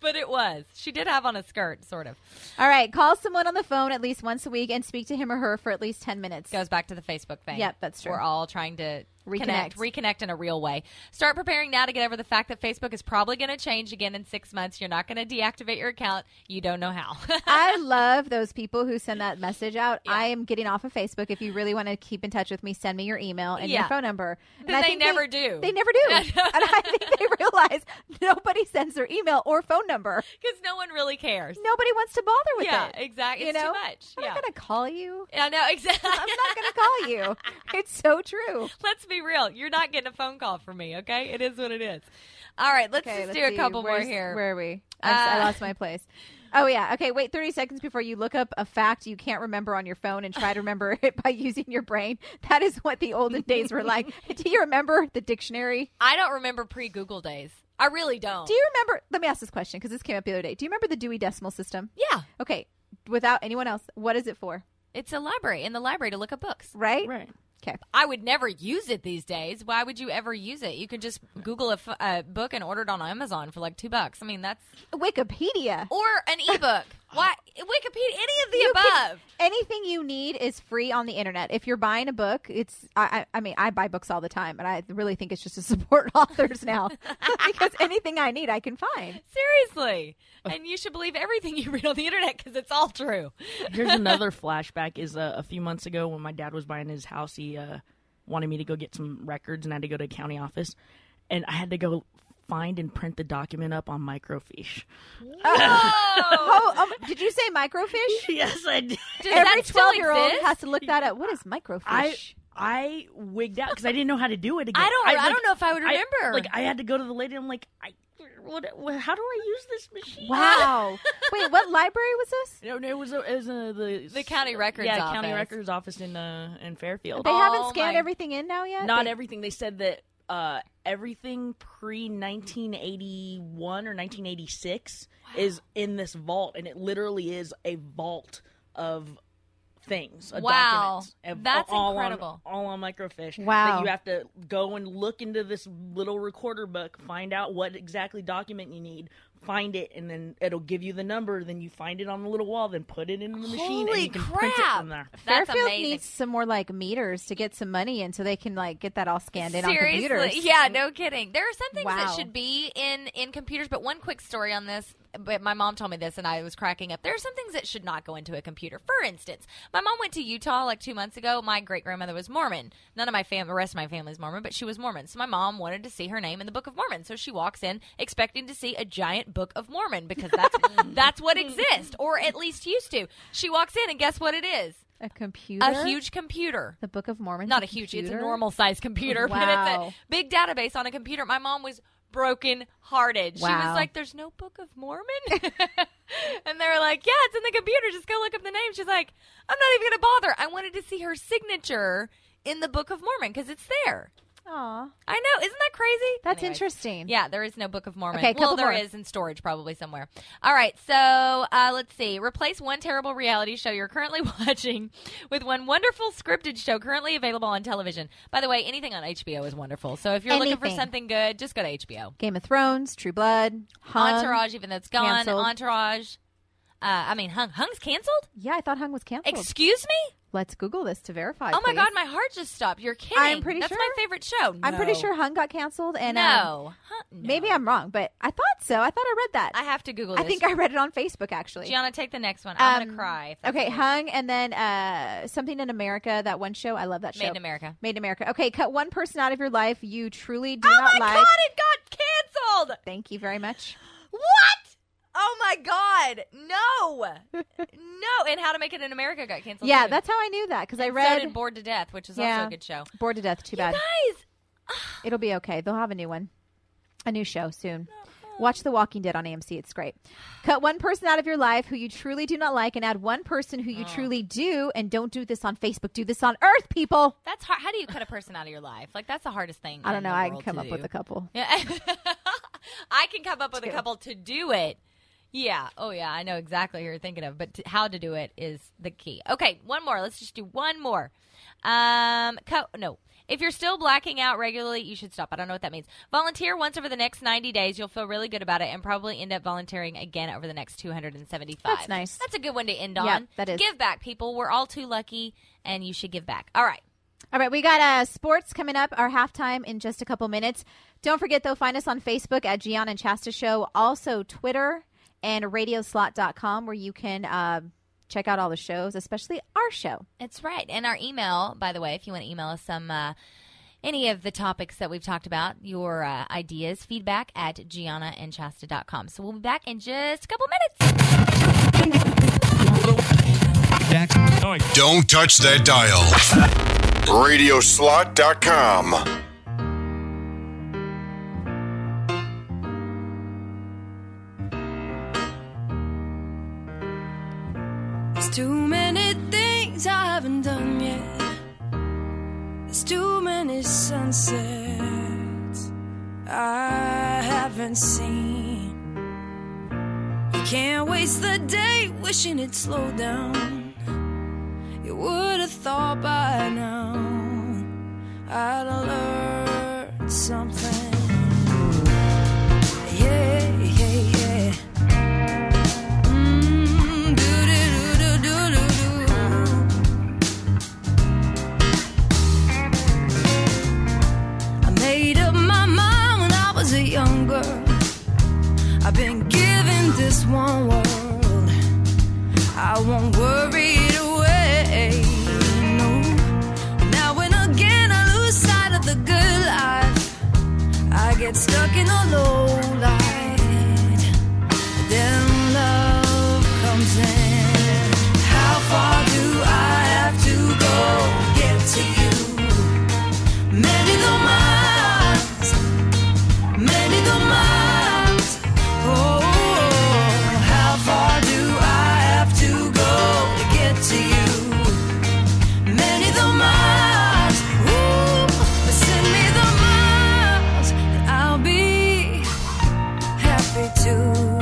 [SPEAKER 3] but it was. She did have on a skirt, sort of.
[SPEAKER 2] All right, call someone on the phone at least once a week and speak to him or her for at least ten minutes.
[SPEAKER 3] goes back to the Facebook thing.
[SPEAKER 2] Yep, that's true.
[SPEAKER 3] We're all trying to
[SPEAKER 2] Reconnect.
[SPEAKER 3] reconnect, reconnect in a real way. Start preparing now to get over the fact that Facebook is probably going to change again in six months. You're not going to deactivate your account. You don't know how.
[SPEAKER 2] I love those people who send that message out. I am getting off of Facebook. If you really want to keep in touch with me, send me your email and your
[SPEAKER 3] Yeah.
[SPEAKER 2] phone number. And
[SPEAKER 3] But they never do.
[SPEAKER 2] They never do. and I think they realize nobody sends their email or phone number.
[SPEAKER 3] Because no one really cares.
[SPEAKER 2] Nobody wants to bother with
[SPEAKER 3] Yeah,
[SPEAKER 2] it.
[SPEAKER 3] exactly.
[SPEAKER 2] You
[SPEAKER 3] It's too
[SPEAKER 2] know?
[SPEAKER 3] much.
[SPEAKER 2] I'm
[SPEAKER 3] Yeah.
[SPEAKER 2] not gonna call you.
[SPEAKER 3] I know exactly.
[SPEAKER 2] I'm not gonna call you. It's so true.
[SPEAKER 3] Let's be real. You're not getting a phone call from me, okay? It is what it is. All right, let's
[SPEAKER 2] Okay,
[SPEAKER 3] just
[SPEAKER 2] let's
[SPEAKER 3] do a
[SPEAKER 2] see.
[SPEAKER 3] couple more
[SPEAKER 2] Where's-
[SPEAKER 3] here.
[SPEAKER 2] Where are we? I, s- I
[SPEAKER 3] Uh,
[SPEAKER 2] lost my place. Oh yeah. Okay. Wait 30 seconds before you look up a fact you can't remember on your phone and try to remember it by using your brain. That is what the olden days were like. Do you remember the dictionary?
[SPEAKER 3] I don't remember pre Google days. I really don't.
[SPEAKER 2] Do you remember? Let me ask this question because this came up the other day. Do you remember the Dewey Decimal System?
[SPEAKER 3] yeah,
[SPEAKER 2] Okay. Without anyone else, what is it for?
[SPEAKER 3] it's a library in the library to look up books.
[SPEAKER 2] Right.
[SPEAKER 4] Right.
[SPEAKER 2] Okay.
[SPEAKER 3] I would never use it these days. Why would you ever use it? You could just Google a, f- a book and order it on Amazon for like two bucks. I mean, that's
[SPEAKER 2] Wikipedia.
[SPEAKER 3] or an ebook. Why Wikipedia? Any of the
[SPEAKER 2] You can-
[SPEAKER 3] above?
[SPEAKER 2] anything you need is free on the internet. If you're buying a book, it's I, I I mean I buy books all the time, and I really think it's just to support authors now because anything I need I can find.
[SPEAKER 3] Seriously, and you should believe everything you read on the internet because it's all true.
[SPEAKER 4] Here's another flashback: is uh, a few months ago when my dad was buying his house, he uh, wanted me to go get some records, and I had to go to a county office, and I had to go find and print the document up on microfiche.
[SPEAKER 2] Oh, um, did you say microfiche?
[SPEAKER 4] yes, I did.
[SPEAKER 3] Does
[SPEAKER 2] Every
[SPEAKER 3] that still
[SPEAKER 2] twelve year old
[SPEAKER 3] exist?
[SPEAKER 2] has to look that up. What is microfiche?
[SPEAKER 4] I I wigged out because I didn't know how to do it again.
[SPEAKER 3] I don't. I,
[SPEAKER 4] like,
[SPEAKER 3] don't know if I would
[SPEAKER 4] I-
[SPEAKER 3] remember.
[SPEAKER 4] like I had to go to the lady. I'm like, I what? what- How do I use this machine?
[SPEAKER 2] wow. Wait, what library was this?
[SPEAKER 4] No, no, it was a, it was uh the
[SPEAKER 3] The county records
[SPEAKER 4] yeah county
[SPEAKER 3] office.
[SPEAKER 4] records office in uh, in Fairfield.
[SPEAKER 2] They haven't
[SPEAKER 3] Oh
[SPEAKER 2] scanned
[SPEAKER 3] my-
[SPEAKER 2] everything in now yet.
[SPEAKER 4] Not
[SPEAKER 2] They-
[SPEAKER 4] everything. They said that uh, everything pre 1981 or 1986 is in this vault, and it literally is a vault of things. of
[SPEAKER 3] Wow.
[SPEAKER 4] documents, of-
[SPEAKER 3] That's
[SPEAKER 4] all
[SPEAKER 3] incredible.
[SPEAKER 4] On, all on microfiche.
[SPEAKER 2] Wow.
[SPEAKER 4] That you have to go and look into this little recorder book, find out what exactly document you need. Find it, and then it'll give you the number. Then you find it on the little wall. Then put it in the machine, and
[SPEAKER 3] Holy
[SPEAKER 4] you can print it
[SPEAKER 3] crap.
[SPEAKER 4] from there.
[SPEAKER 3] That's
[SPEAKER 2] Fairfield
[SPEAKER 3] amazing.
[SPEAKER 2] needs some more like meters to get some money in so they can like get that all scanned in on
[SPEAKER 3] Seriously.
[SPEAKER 2] computers.
[SPEAKER 3] Yeah, no kidding. There are some things
[SPEAKER 2] Wow.
[SPEAKER 3] that should be in in computers, but one quick story on this. But my mom told me this, and I was cracking up. There are some things that should not go into a computer. For instance, my mom went to Utah like two months ago. My great grandmother was Mormon. None of my family, the rest of my family's Mormon, but she was Mormon. So my mom wanted to see her name in the Book of Mormon. So she walks in expecting to see a giant Book of Mormon because that's that's what exists, or at least used to. She walks in, and guess what? It is
[SPEAKER 2] A computer.
[SPEAKER 3] a huge computer
[SPEAKER 2] The Book of Mormon.
[SPEAKER 3] not a huge it's a normal size computer but
[SPEAKER 2] Wow.
[SPEAKER 3] it's a big database on a computer my mom was broken hearted she
[SPEAKER 2] Wow.
[SPEAKER 3] was like there's no book of mormon and they were like yeah it's in the computer just go look up the name she's like i'm not even gonna bother i wanted to see her signature in the book of mormon because it's there
[SPEAKER 2] Aw,
[SPEAKER 3] I know. Isn't that crazy?
[SPEAKER 2] that's
[SPEAKER 3] Anyways.
[SPEAKER 2] interesting.
[SPEAKER 3] Yeah, there is no Book of Mormon.
[SPEAKER 2] Okay,
[SPEAKER 3] well,
[SPEAKER 2] couple
[SPEAKER 3] there is
[SPEAKER 2] more.
[SPEAKER 3] in storage probably somewhere. All right, so uh, let's see. Replace one terrible reality show you're currently watching with one wonderful scripted show currently available on television. By the way, anything on HBO is wonderful. So if you're looking for
[SPEAKER 2] Anything.
[SPEAKER 3] something good, just go to HBO.
[SPEAKER 2] Game of Thrones, True Blood, Hung.
[SPEAKER 3] Entourage, even though it's gone.
[SPEAKER 2] canceled.
[SPEAKER 3] Entourage. Uh, I mean, Hung. Hung's canceled?
[SPEAKER 2] Yeah, I thought Hung was canceled.
[SPEAKER 3] Excuse me?
[SPEAKER 2] Let's Google this to verify.
[SPEAKER 3] Oh my
[SPEAKER 2] please.
[SPEAKER 3] God, my heart just stopped. You're kidding.
[SPEAKER 2] I'm pretty
[SPEAKER 3] That's
[SPEAKER 2] sure-
[SPEAKER 3] my favorite show.
[SPEAKER 2] I'm pretty
[SPEAKER 3] No.
[SPEAKER 2] sure Hung got canceled, and um,
[SPEAKER 3] No. Huh? No.
[SPEAKER 2] maybe I'm wrong, but I thought so. I thought I read that.
[SPEAKER 3] I have to Google
[SPEAKER 2] I
[SPEAKER 3] this.
[SPEAKER 2] think I read it on Facebook actually.
[SPEAKER 3] Gianna, take the next one. I'm gonna
[SPEAKER 2] Um,
[SPEAKER 3] cry. If that's
[SPEAKER 2] Okay,
[SPEAKER 3] the case.
[SPEAKER 2] Hung, and then uh, something in America. That one show, I love that show.
[SPEAKER 3] Made in America.
[SPEAKER 2] Made in America. Okay, cut one person out of your life you truly do
[SPEAKER 3] Oh
[SPEAKER 2] not like.
[SPEAKER 3] my god, it got canceled.
[SPEAKER 2] Thank you very much.
[SPEAKER 3] What? Oh my god, no, no. And How to Make It in America got canceled.
[SPEAKER 2] yeah,
[SPEAKER 3] too.
[SPEAKER 2] that's how I knew that because I
[SPEAKER 3] so
[SPEAKER 2] read
[SPEAKER 3] did Bored to Death, which is also
[SPEAKER 2] Yeah.
[SPEAKER 3] a good show.
[SPEAKER 2] Bored to Death. Too bad.
[SPEAKER 3] Guys,
[SPEAKER 2] It'll be okay. They'll have a new one, a new show soon. Watch The Walking Dead on AMC. It's great. Cut one person out of your life who you truly do not like, and add one person who you
[SPEAKER 3] Oh.
[SPEAKER 2] truly do. And don't do this on Facebook. Do this on Earth, people.
[SPEAKER 3] that's hard. How do you cut a person out of your life? Like that's the hardest thing.
[SPEAKER 2] I don't
[SPEAKER 3] in
[SPEAKER 2] know.
[SPEAKER 3] the
[SPEAKER 2] I can
[SPEAKER 3] world
[SPEAKER 2] come
[SPEAKER 3] to
[SPEAKER 2] up
[SPEAKER 3] do.
[SPEAKER 2] with a couple.
[SPEAKER 3] Yeah, I can come up with a
[SPEAKER 2] Two.
[SPEAKER 3] couple to do it. Yeah. Oh, yeah. I know exactly who you're thinking of, but t- how to do it is the key. Okay, one more. Let's just do one more. Um, co- no. If you're still blacking out regularly, you should stop. I don't know what that means. Volunteer once over the next 90 days. You'll feel really good about it and probably end up volunteering again over the next 275.
[SPEAKER 2] That's nice.
[SPEAKER 3] That's a good one to end on.
[SPEAKER 2] that is.
[SPEAKER 3] Give back, people. We're all too lucky, and you should give back. All right.
[SPEAKER 2] All right, we got uh, sports coming up, our halftime in just a couple minutes. Don't forget, though, find us on Facebook at Gian and Chasta Show, also Twitter and radioslot.com, where you can uh, check out all the shows, especially our show.
[SPEAKER 3] That's right. And our email, by the way, if you want to email us some uh, any of the topics that we've talked about, your uh, ideas, feedback at giannaandchasta.com. So we'll be back in just a couple minutes.
[SPEAKER 6] Don't touch that dial. Radioslot.com.
[SPEAKER 7] There's too many things I haven't done yet. There's too many sunsets I haven't seen. You can't waste the day wishing it slowed down. You would have thought by now I'd have learned something. Yeah, yeah, yeah. Mm, do-do-do-do-do-do-do. I made up my mind when I was a young girl. I've been given this one world. I won't worry it away. No. Now and again I lose sight of the good life. I get stuck in the low light. Then love comes in. How far do I have to go to get to you? Many the miles, many the miles. Oh, how far do I have to go to get to you? Many the miles, ooh, but send me the miles, and I'll be Oh,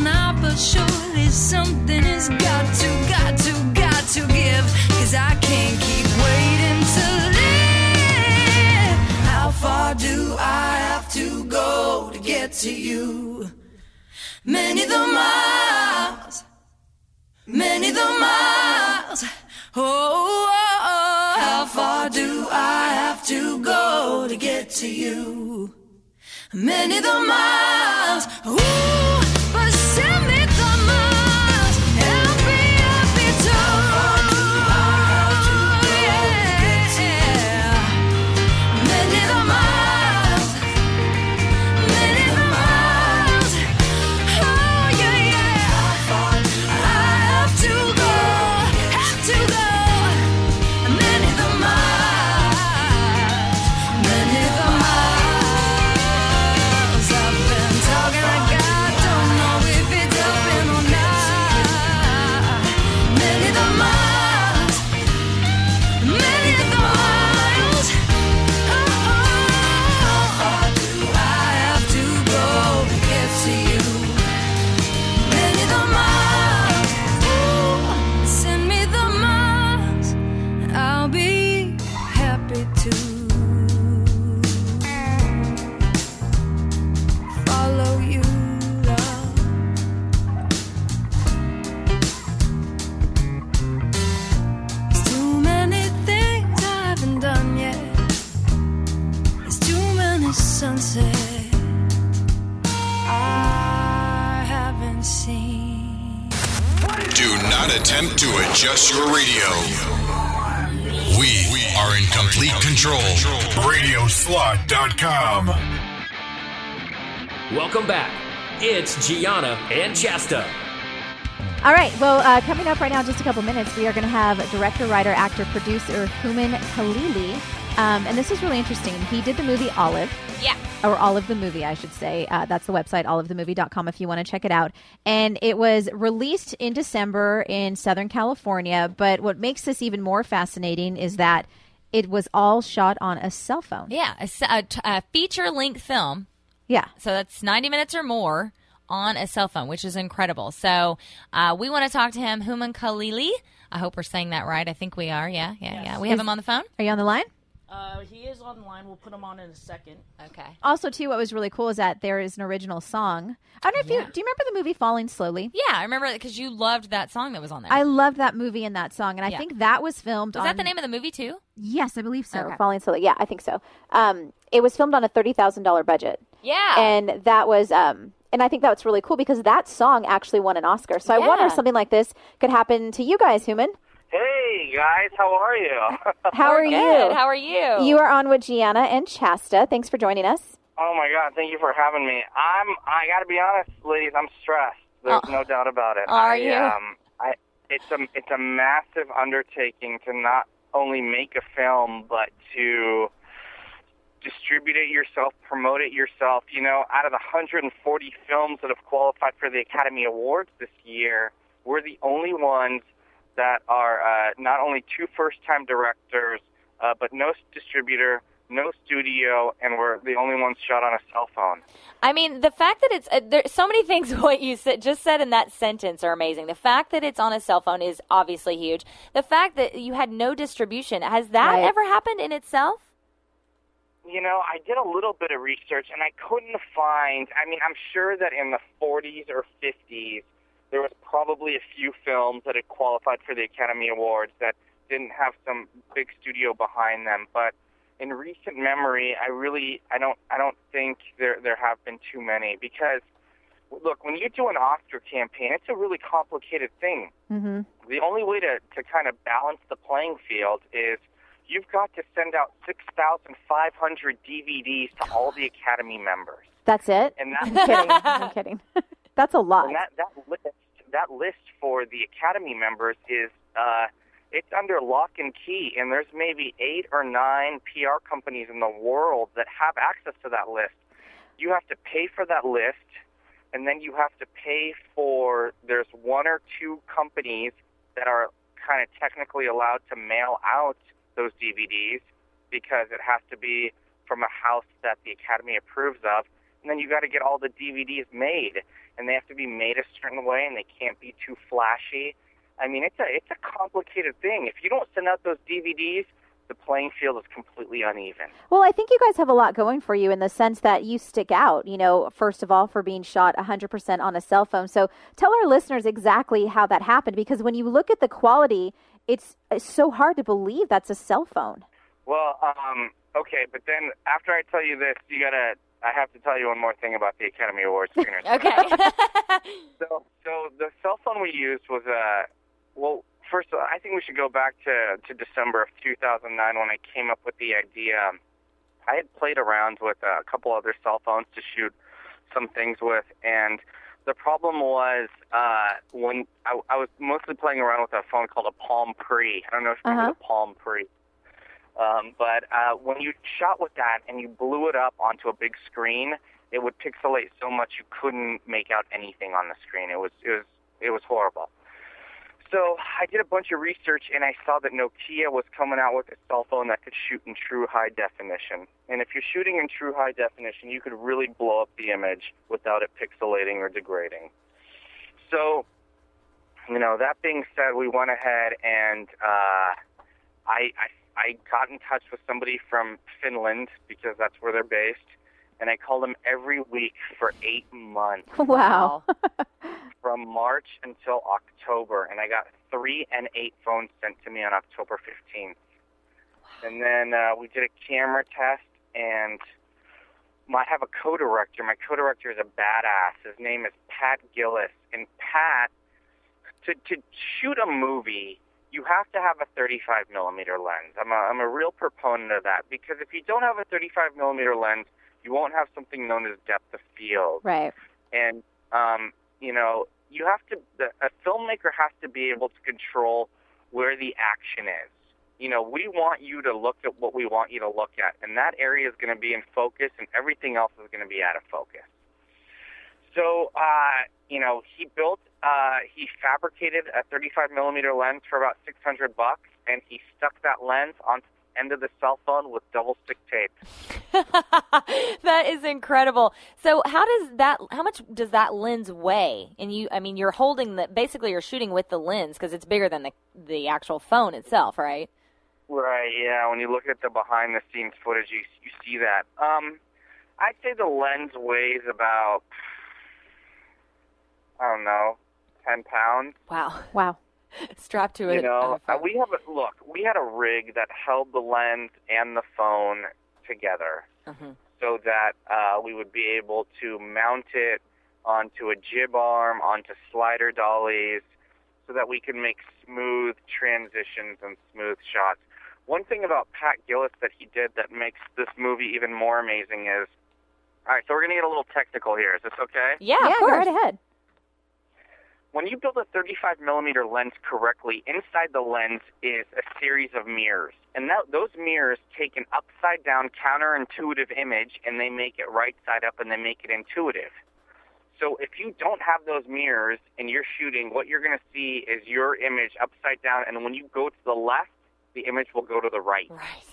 [SPEAKER 7] you something has got to, got to, got to give. Cause I can't keep waiting to live. How far do I have to go to get to you? Many the miles, many the miles. Oh, oh, oh. how far do I have to go to get to you? many the miles. Ooh, but send me the miles. Help me up, it's all. Yeah. Many the miles. Many the miles. Oh, yeah, yeah. I have to go. Have to go. Many the miles. Many the miles I've been talking I got don't know if it's helping or not Many the miles Many the miles How far do I have to go to get to you? Many the miles Send me the miles I'll be happy to follow you, love. There's too many things I haven't done yet. There's too many sunsets I haven't seen.
[SPEAKER 6] Do not attempt to adjust your radio. We are in complete control. Radioslot.com.
[SPEAKER 1] Welcome back. It's Gianna and Chasta.
[SPEAKER 2] All right. Well, uh, coming up right now, in just a couple minutes, we are going to have director, writer, actor, producer Human Khalili. Um, and this is really interesting. He did the movie Olive,
[SPEAKER 3] Yeah.
[SPEAKER 2] or Olive the Movie, I should say. Uh, that's the website, olivethemovie.com, if you want to check it out. And it was released in December in Southern California. But what makes this even more fascinating is that it was all shot on a cell phone.
[SPEAKER 3] Yeah. A, s- a t- a feature length film.
[SPEAKER 2] Yeah.
[SPEAKER 3] So that's 90 minutes or more on a cell phone, which is incredible. So uh, we want to talk to him, Human Khalili. I hope we're saying that right. I think we are. Yeah, yeah, yeah. We have him on the phone.
[SPEAKER 2] Are you on the line?
[SPEAKER 4] Uh, he is online. We'll put him on in a second.
[SPEAKER 3] Okay.
[SPEAKER 2] Also, too, what was really cool is that there is an original song. I don't know if you do you remember the movie Falling Slowly?
[SPEAKER 3] Yeah, I remember because you loved that song that was on there.
[SPEAKER 2] I loved that movie and that song, and I
[SPEAKER 3] Yeah.
[SPEAKER 2] think that was filmed.
[SPEAKER 3] was that the name of the movie too?
[SPEAKER 2] Yes, I believe so.
[SPEAKER 3] Okay.
[SPEAKER 2] Falling Slowly. Yeah, I think so. Um, it was filmed on a thirty thousand dollar budget,
[SPEAKER 3] Yeah.
[SPEAKER 2] and that was. Um, and I think that's really cool because that song actually won an Oscar. So I wonder
[SPEAKER 3] Yeah.
[SPEAKER 2] if something like this could happen to you guys, Human.
[SPEAKER 8] Hey guys, how are you?
[SPEAKER 2] How are you?
[SPEAKER 3] Oh, How are you?
[SPEAKER 2] you are on with Gianna and Chasta. Thanks for joining us.
[SPEAKER 8] oh my god, thank you for having me. I'm I got to be honest, ladies, I'm stressed. There's no doubt about it.
[SPEAKER 3] Oh. Are
[SPEAKER 8] I,
[SPEAKER 3] you?
[SPEAKER 8] Um, I it's a it's a massive undertaking to not only make a film but to distribute it yourself, promote it yourself. You know, out of the 140 films that have qualified for the Academy Awards this year, we're the only ones that are uh, not only two first-time directors, uh, but no s- distributor, no studio, and we're the only ones shot on a cell phone.
[SPEAKER 3] I mean, the fact that it's uh, there. So many things what you said, just said in that sentence are amazing. The fact that it's on a cell phone is obviously huge. The fact that you had no distribution has that
[SPEAKER 2] Right.
[SPEAKER 3] ever happened in itself?
[SPEAKER 8] You know, I did a little bit of research and I couldn't find. I mean, I'm sure that in the 40s or 50s, there was probably a few films that had qualified for the Academy Awards that didn't have some big studio behind them. But in recent memory, I really, I don't, I don't think there there have been too many because, look, when you do an Oscar campaign, it's a really complicated thing.
[SPEAKER 2] Mm-hmm.
[SPEAKER 8] the only way to, to kind of balance the playing field is you've got to send out 6,500 DVDs to all the Academy members.
[SPEAKER 2] That's it.
[SPEAKER 8] And
[SPEAKER 2] I'm
[SPEAKER 8] that,
[SPEAKER 2] kidding. I'm kidding. that's a lot.
[SPEAKER 8] and that, that, list, that list for the Academy members is uh, it's under lock and key, and there's maybe eight or nine PR companies in the world that have access to that list. You have to pay for that list, and then you have to pay for there's one or two companies that are kind of technically allowed to mail out those DVDs because it has to be from a house that the Academy approves of. and then you got to get all the DVDs made, and they have to be made a certain way, and they can't be too flashy. I mean, it's a it's a complicated thing. If you don't send out those DVDs, the playing field is completely uneven.
[SPEAKER 2] Well, I think you guys have a lot going for you in the sense that you stick out, you know, first of all, for being shot 100% on a cell phone. So tell our listeners exactly how that happened because when you look at the quality, it's, it's so hard to believe that's a cell phone.
[SPEAKER 8] Well, um, okay, but then after I tell you this, you gotta. I have to tell you one more thing about the Academy Awards screeners.
[SPEAKER 3] Okay.
[SPEAKER 8] So, so the cell phone we used was a. Uh, well, first, of all, I think we should go back to to December of 2009 when I came up with the idea. I had played around with uh, a couple other cell phones to shoot some things with, and the problem was uh, when I, I was mostly playing around with a phone called a Palm Pre. I don't know if you remember the Palm Pre. Um, but uh, when you shot with that and you blew it up onto a big screen, it would pixelate so much you couldn't make out anything on the screen. It was it was it was horrible. So I did a bunch of research and I saw that Nokia was coming out with a cell phone that could shoot in true high definition. And if you're shooting in true high definition, you could really blow up the image without it pixelating or degrading. So, you know, that being said, we went ahead and uh, I, I I got in touch with somebody from Finland because that's where they're based, and I called them every week for eight months
[SPEAKER 2] Wow.
[SPEAKER 8] from March until October, and I got three and eight phones sent to me on October 15th. And then uh, we did a camera test, and my, I have a co-director. My co-director is a badass. His name is Pat Gillis, and Pat, to to shoot a movie, you have to have a 35 millimeter lens. I'm a I'm a real proponent of that because if you don't have a 35 millimeter lens, you won't have something known as depth of field
[SPEAKER 2] right.
[SPEAKER 8] and um, you know you have to the, a filmmaker has to be able to control where the action is you know we want you to look at what we want you to look at and that area is going to be in focus and everything else is going to be out of focus so uh, you know he built uh, he fabricated a 35 millimeter lens for about 600 bucks and he stuck that lens on end of the cell phone with double stick tape
[SPEAKER 3] that is incredible. So how does that? How much does that lens weigh? And you, I mean, you're holding the basically you're shooting with the lens because it's bigger than the the actual phone itself, right?
[SPEAKER 8] Right, yeah. When you look at the behind the scenes footage, you, you see that. Um, I'd say the lens weighs about, I don't know, 10 pounds.
[SPEAKER 3] Wow,
[SPEAKER 2] Wow.
[SPEAKER 3] strapped to it.
[SPEAKER 8] You know,
[SPEAKER 3] on a
[SPEAKER 8] uh,
[SPEAKER 3] phone.
[SPEAKER 8] we have a look, we had a rig that held the lens and the phone together
[SPEAKER 3] Mm-hmm.
[SPEAKER 8] so that uh, we would be able to mount it onto a jib arm, onto slider dollies, so that we can make smooth transitions and smooth shots. One thing about Pat Gillis that he did that makes this movie even more amazing is all right, so we're going to get a little technical here. Is this okay?
[SPEAKER 3] yeah,
[SPEAKER 2] yeah,
[SPEAKER 3] of
[SPEAKER 2] go
[SPEAKER 3] course.
[SPEAKER 2] right ahead.
[SPEAKER 8] when you build a 35 millimeter lens correctly, inside the lens is a series of mirrors, and that, those mirrors take an upside down, counterintuitive image, and they make it right side up, and they make it intuitive. So if you don't have those mirrors and you're shooting, what you're going to see is your image upside down, and when you go to the left, the image will go to the right.
[SPEAKER 3] Right.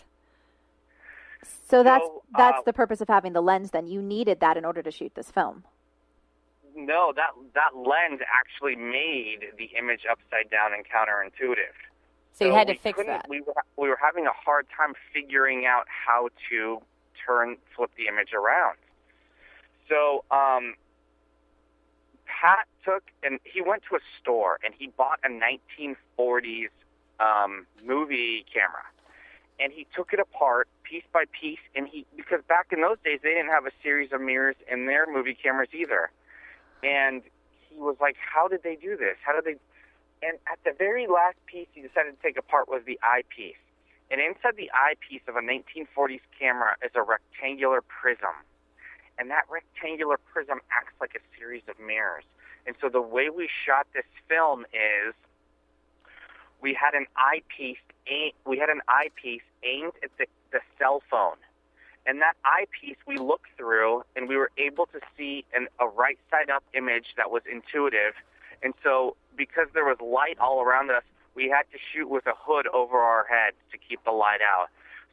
[SPEAKER 2] So that's
[SPEAKER 8] So, uh,
[SPEAKER 2] that's the purpose of having the lens. Then you needed that in order to shoot this film.
[SPEAKER 8] no, that that lens actually made the image upside down and counterintuitive.
[SPEAKER 3] So you had to
[SPEAKER 8] we
[SPEAKER 3] fix
[SPEAKER 8] couldn't-
[SPEAKER 3] that.
[SPEAKER 8] We were, we were having a hard time figuring out how to turn flip the image around. So um, Pat took and he went to a store and he bought a 1940s um, movie camera, and he took it apart piece by piece. And he because back in those days they didn't have a series of mirrors in their movie cameras either, and he was like, "How did they do this? How did they?" And at the very last piece he decided to take apart was the eyepiece. And inside the eyepiece of a 1940s camera is a rectangular prism. And that rectangular prism acts like a series of mirrors. And so the way we shot this film is we had an eyepiece aim, we had an eyepiece aimed at the, the cell phone. And that eyepiece we looked through and we were able to see an, a right side up image that was intuitive. And so because there was light all around us, we had to shoot with a hood over our head to keep the light out.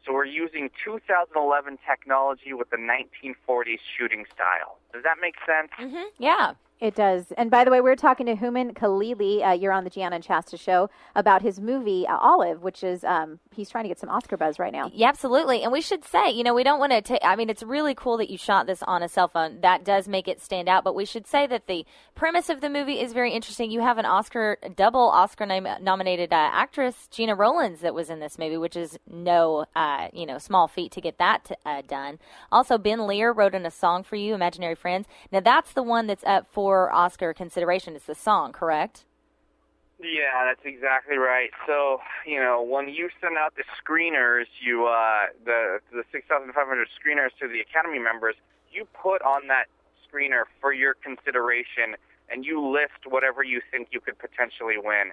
[SPEAKER 8] So we're using 2011 technology with the 1940s shooting style. Does that make sense?
[SPEAKER 3] Yeah.
[SPEAKER 2] It does. And by the way, we are talking to Human Khalili. Uh, you're on the Gianna and Shasta show about his movie uh, Olive, which is um, he's trying to get some Oscar buzz right now.
[SPEAKER 3] Yeah, absolutely. And we should say, you know, we don't want to take, I mean, it's really cool that you shot this on a cell phone. That does make it stand out. But we should say that the premise of the movie is very interesting. You have an Oscar, double Oscar nom- nominated uh, actress, Gina Rollins, that was in this movie, which is no, uh, you know, small feat to get that t- uh, done. Also, Ben Lear wrote in a song for you, Imaginary Friends. Now, that's the one that's up for Oscar consideration. It's the song, correct?
[SPEAKER 8] Yeah, that's exactly right. So, you know, when you send out the screeners, you uh the the 6500 screeners to the academy members, you put on that screener for your consideration and you list whatever you think you could potentially win.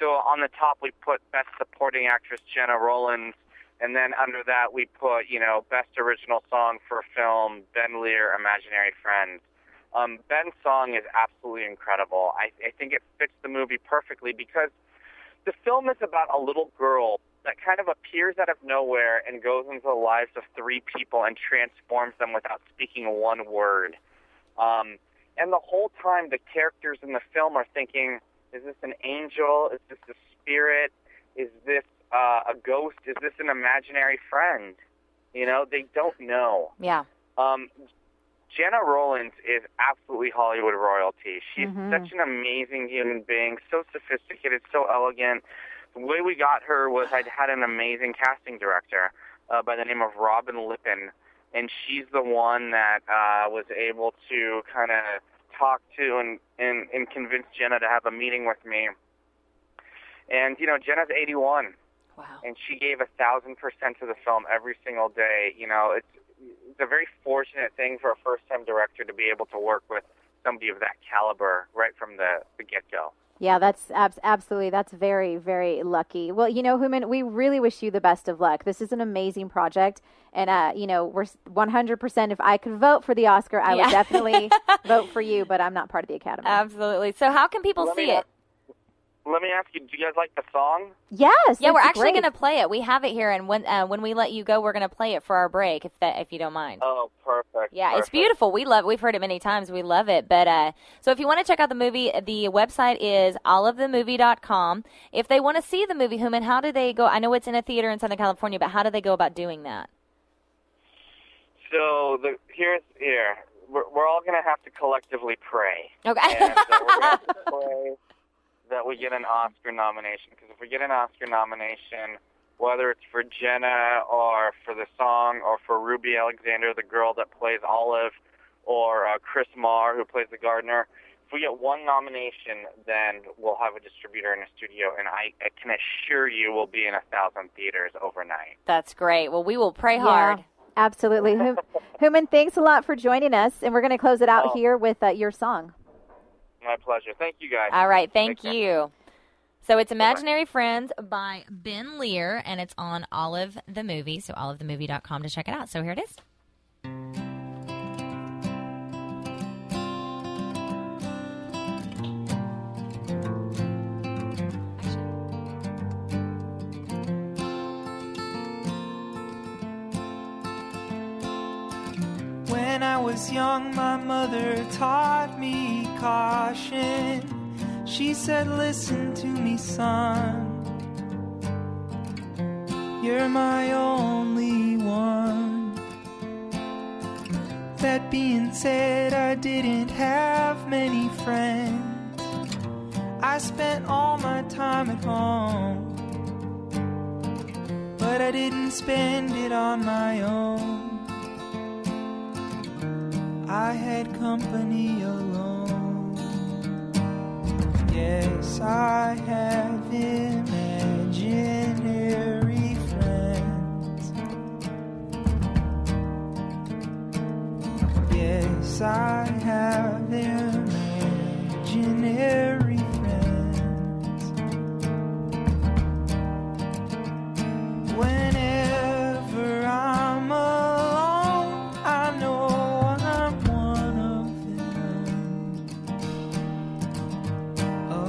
[SPEAKER 8] So, on the top we put best supporting actress Jenna Rollins and then under that we put, you know, best original song for a film, Ben Lear, Imaginary Friends. Um, Ben's song is absolutely incredible. I, I think it fits the movie perfectly because the film is about a little girl that kind of appears out of nowhere and goes into the lives of three people and transforms them without speaking one word. Um, and the whole time, the characters in the film are thinking, is this an angel? Is this a spirit? Is this uh, a ghost? Is this an imaginary friend? You know, they don't know.
[SPEAKER 3] Yeah.
[SPEAKER 8] Um, Jenna Rollins is absolutely Hollywood royalty. She's such an amazing human being, so sophisticated, so elegant. The way we got her was I'd had an amazing casting director uh, by the name of Robin Lippin, and she's the one that uh, was able to kind of talk to and, and, and convince Jenna to have a meeting with me. And, you know, Jenna's 81
[SPEAKER 3] Wow.
[SPEAKER 8] and she gave a thousand percent to the film every single day. You know, it's it's a very fortunate thing for a first time director to be able to work with somebody of that caliber right from the, the get go.
[SPEAKER 2] Yeah, that's abs- absolutely. That's very, very lucky. Well, you know, Human, we really wish you the best of luck. This is an amazing project. And, uh, you know, we're s- 100%. If I could vote for the Oscar, I
[SPEAKER 3] Yeah. Um,
[SPEAKER 2] would definitely vote for you, but I'm not part of the Academy.
[SPEAKER 3] Absolutely. So, how can people
[SPEAKER 8] Mm-hmm. Let me
[SPEAKER 3] see it?
[SPEAKER 8] ask- Let me ask you, do you guys like the song?
[SPEAKER 2] yes.
[SPEAKER 3] Yeah, we're
[SPEAKER 2] it's
[SPEAKER 3] actually
[SPEAKER 2] great.
[SPEAKER 3] going to play it. We have it here, and when uh, when we let you go, we're going to play it for our break, if that if you don't mind.
[SPEAKER 8] Oh, perfect.
[SPEAKER 3] yeah, it's
[SPEAKER 8] perfect.
[SPEAKER 3] beautiful. We love. We've heard it many times. We love it. But uh, so if you want to check out the movie, the website is olivethemovie.com. If they want to see the movie, Human, how do they go? I know it's in a theater in Southern California, but how do they go about doing that?
[SPEAKER 8] So the here's here we're, we're all gonna have to collectively pray.
[SPEAKER 3] Okay.
[SPEAKER 8] and so we're gonna have to pray that we get an Oscar nomination. Because if we get an Oscar nomination, whether it's for Jenna or for the song or for Ruby Alexander, the girl that plays Olive, or uh, Chris Marr, who plays the gardener, if we get one nomination, then we'll have a distributor and a studio, and I, I can assure you we'll be in a thousand theaters overnight.
[SPEAKER 3] That's great. Well, we will pray
[SPEAKER 2] Yeah,
[SPEAKER 3] hard.
[SPEAKER 2] absolutely. Hum- Human, thanks a lot for joining us. And we're going to close it out
[SPEAKER 8] Oh.
[SPEAKER 2] here with uh, your song.
[SPEAKER 8] My pleasure. Thank you guys.
[SPEAKER 3] All right, thank
[SPEAKER 8] Take care.
[SPEAKER 3] you. So it's Imaginary Friends by Ben Lear, and it's on Olive the Movie. So olivethemovie.com to check it out. So here it is.
[SPEAKER 7] When I was young, my mother taught me caution. She said, Listen to me, son. You're my only one. That being said, I didn't have many friends. I spent all my time at home, but I didn't spend it on my own. I had company alone. Yes, I have imaginary friends. Yes, I have imaginary friends. Whenever I'm alone, I know I'm one of them. Oh.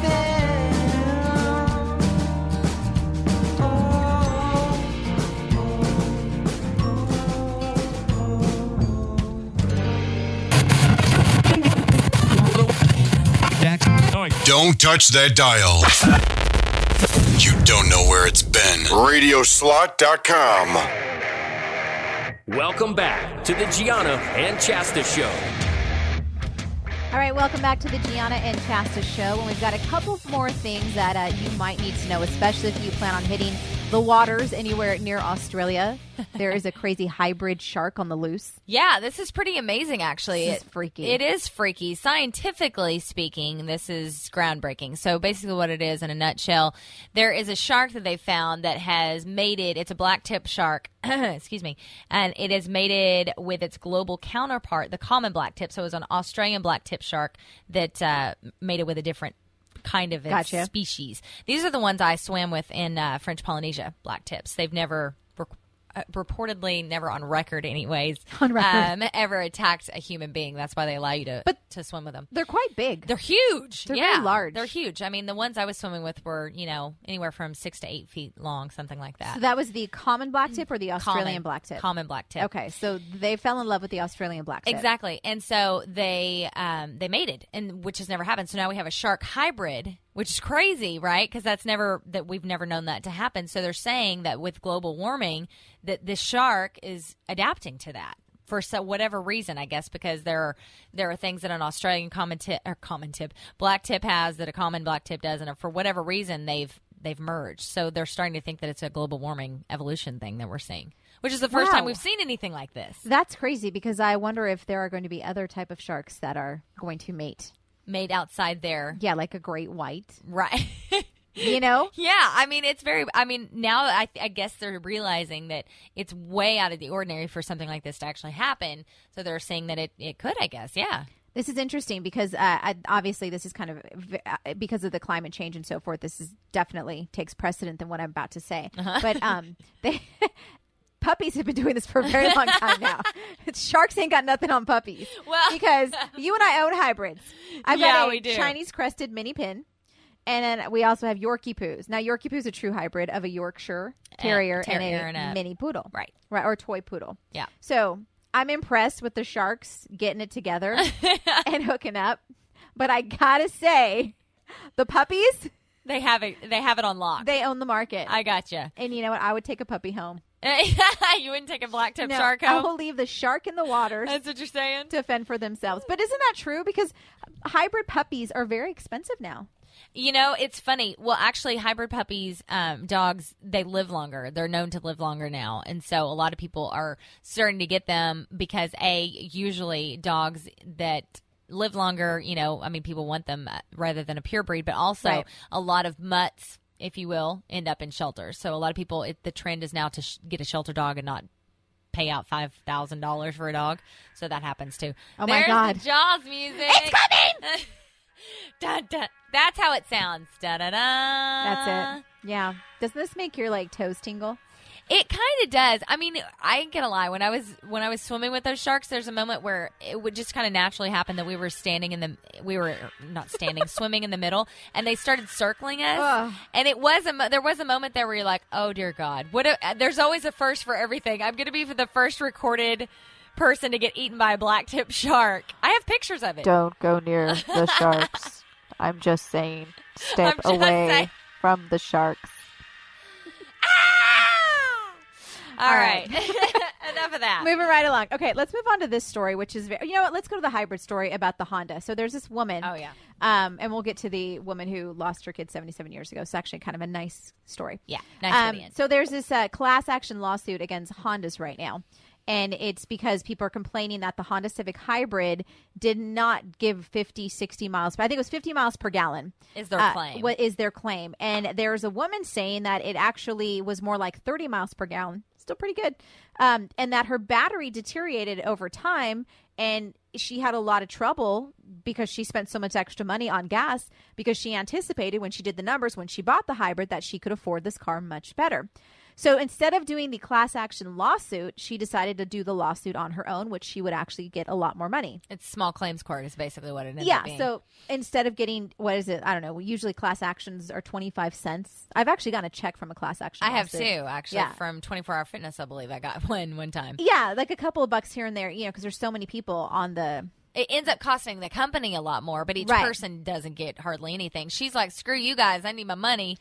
[SPEAKER 7] Oh,
[SPEAKER 6] Don't touch that dial. You don't know where it's been. Radioslot.com.
[SPEAKER 1] Welcome back to the Gianna and Chasta Show.
[SPEAKER 2] All right, welcome back to the Gianna and Chasta show. And we've got a couple more things that uh, you might need to know, especially if you plan on hitting the waters anywhere near Australia. There is a crazy hybrid shark on the loose.
[SPEAKER 3] Yeah, this is pretty amazing, actually.
[SPEAKER 2] This is
[SPEAKER 3] It-
[SPEAKER 2] freaky.
[SPEAKER 3] It is freaky. Scientifically speaking, this is groundbreaking. So, basically, what it is in a nutshell, there is a shark that they found that has mated. It's a black tip shark, excuse me, and it is mated with its global counterpart, the common black tip. So, it was an Australian black tip shark that uh, mated with a different kind of its
[SPEAKER 2] Gotcha.
[SPEAKER 3] species. These are the ones I swam with in uh, French Polynesia, black tips. They've never. rec- uh, Reportedly, never on record, anyways.
[SPEAKER 2] On record.
[SPEAKER 3] Um, ever attacked a human being. That's why they allow you to
[SPEAKER 2] But-
[SPEAKER 3] to swim with them.
[SPEAKER 2] They're quite big.
[SPEAKER 3] They're huge.
[SPEAKER 2] They're
[SPEAKER 3] yeah,
[SPEAKER 2] very large.
[SPEAKER 3] They're huge. I mean, the ones I was swimming with were you know anywhere from six to eight feet long, something like that.
[SPEAKER 2] so that was the common blacktip or the Australian
[SPEAKER 3] Common-
[SPEAKER 2] blacktip?
[SPEAKER 3] Common black tip.
[SPEAKER 2] Okay, so they fell in love with the Australian blacktip.
[SPEAKER 3] Exactly. And so they um, they mated, and which has never happened. So now we have a shark hybrid, which is crazy, right? Because that's never that we've never known that to happen. So they're saying that with global warming, that the shark is adapting to that. For so whatever reason, I guess because there are there are things that an Australian common tip or common tip black tip has that a common black tip doesn't, or for whatever reason they've they've merged. So they're starting to think that it's a global warming evolution thing that we're seeing, which is the first time
[SPEAKER 2] Wow.
[SPEAKER 3] we've seen anything like this.
[SPEAKER 2] That's crazy because I wonder if there are going to be other type of sharks that are going to mate.
[SPEAKER 3] made outside there.
[SPEAKER 2] Yeah, like a great white.
[SPEAKER 3] Right.
[SPEAKER 2] You know?
[SPEAKER 3] yeah. I mean, it's very, I mean, now I, I guess they're realizing that it's way out of the ordinary for something like this to actually happen. So they're saying that it, it could, I guess. Yeah.
[SPEAKER 2] This is interesting because uh, I, obviously this is kind of v- uh, because of the climate change and so forth. This is definitely takes precedent than what I'm about to say.
[SPEAKER 3] Uh-huh.
[SPEAKER 2] But um, they, puppies have been doing this for a very long time now. Sharks ain't got nothing on puppies.
[SPEAKER 3] Well-
[SPEAKER 2] because you and I own hybrids. I've
[SPEAKER 3] Yeah,
[SPEAKER 2] got a
[SPEAKER 3] we do.
[SPEAKER 2] Chinese crested mini pin. And then we also have Yorkie poos. Now Yorkie poo is a true hybrid of a Yorkshire terrier,
[SPEAKER 3] terrier
[SPEAKER 2] and, a
[SPEAKER 3] and a-
[SPEAKER 2] mini poodle,
[SPEAKER 3] Right.
[SPEAKER 2] Right, or toy poodle.
[SPEAKER 3] Yeah.
[SPEAKER 2] So I'm impressed with the sharks getting it together and hooking up. But I gotta say, the puppies,
[SPEAKER 3] They have it, they have it on lock.
[SPEAKER 2] they own the market.
[SPEAKER 3] I gotcha.
[SPEAKER 2] and you know what? I would take a puppy home.
[SPEAKER 3] you wouldn't take a black tip
[SPEAKER 2] No,
[SPEAKER 3] shark
[SPEAKER 2] I
[SPEAKER 3] home?
[SPEAKER 2] will leave the shark in the waters
[SPEAKER 3] That's what you're saying?
[SPEAKER 2] to fend for themselves. But isn't that true? Because hybrid puppies are very expensive now.
[SPEAKER 3] You know, it's funny. Well, actually, hybrid puppies, um, dogs, they live longer. They're known to live longer now, and so a lot of people are starting to get them because a usually dogs that live longer. You know, I mean, people want them uh, rather than a pure breed, but also
[SPEAKER 2] Right.
[SPEAKER 3] a lot of mutts, if you will, end up in shelters. So a lot of people, it, the trend is now to sh- get a shelter dog and not pay out five thousand dollars for a dog. So that happens too.
[SPEAKER 2] Oh, my
[SPEAKER 3] There's
[SPEAKER 2] God.
[SPEAKER 3] the Jaws music. It's coming. dun, dun. That's how it sounds. Da da da. Uh,
[SPEAKER 2] That's it. Yeah. Doesn't this make your like toes tingle?
[SPEAKER 3] It kind of does. I mean, I ain't gonna lie. When I was when I was swimming with those sharks, there's a moment where it would just kind of naturally happen that we were standing in the we were not standing, swimming in the middle, and they started circling us.
[SPEAKER 2] Ugh.
[SPEAKER 3] And it was a mo- there was a moment there where you're like, oh dear God, what? A, there's always a first for everything. I'm gonna be for the first recorded person to get eaten by a black tip shark. I have pictures of it.
[SPEAKER 9] Don't go near the sharks. I'm just saying, step
[SPEAKER 3] I'm just
[SPEAKER 9] away
[SPEAKER 3] saying.
[SPEAKER 9] from the sharks.
[SPEAKER 3] Ah! All right, enough of that.
[SPEAKER 2] Moving right along. Okay, let's move on to this story, which is very, you know what? Let's go to the hybrid story about the Honda. So there's this woman.
[SPEAKER 3] Oh, yeah.
[SPEAKER 2] Um, and we'll get to the woman who lost her kid 77 years ago. It's actually kind of a nice story.
[SPEAKER 3] Yeah, nice way to end.
[SPEAKER 2] Um, so there's this uh, class action lawsuit against Hondas right now. And it's because people are complaining that the Honda Civic Hybrid did not give 50, 60 miles. But I think it was 50 miles per gallon.
[SPEAKER 3] Is their
[SPEAKER 2] uh,
[SPEAKER 3] claim.
[SPEAKER 2] What is their claim? And there's a woman saying that it actually was more like 30 miles per gallon. Still pretty good. Um, and that her battery deteriorated over time. And she had a lot of trouble because she spent so much extra money on gas because she anticipated when she did the numbers, when she bought the hybrid, that she could afford this car much better. So instead of doing the class action lawsuit, she decided to do the lawsuit on her own, which she would actually get a lot more money.
[SPEAKER 3] It's small claims court is basically what it ends
[SPEAKER 2] yeah
[SPEAKER 3] up being.
[SPEAKER 2] so instead of getting what is it i don't know usually class actions are 25 cents i've actually gotten a check from a class action
[SPEAKER 3] I have two
[SPEAKER 2] lawsuit.
[SPEAKER 3] actually
[SPEAKER 2] Yeah. E
[SPEAKER 3] from 24 Hour Fitness. I believe I got one one time.
[SPEAKER 2] yeah like a couple of bucks here and there you know because there's so many people on the
[SPEAKER 3] it ends up costing the company a lot more, but each
[SPEAKER 2] Right.
[SPEAKER 3] person doesn't get hardly anything. She's like, screw you guys, I need my money.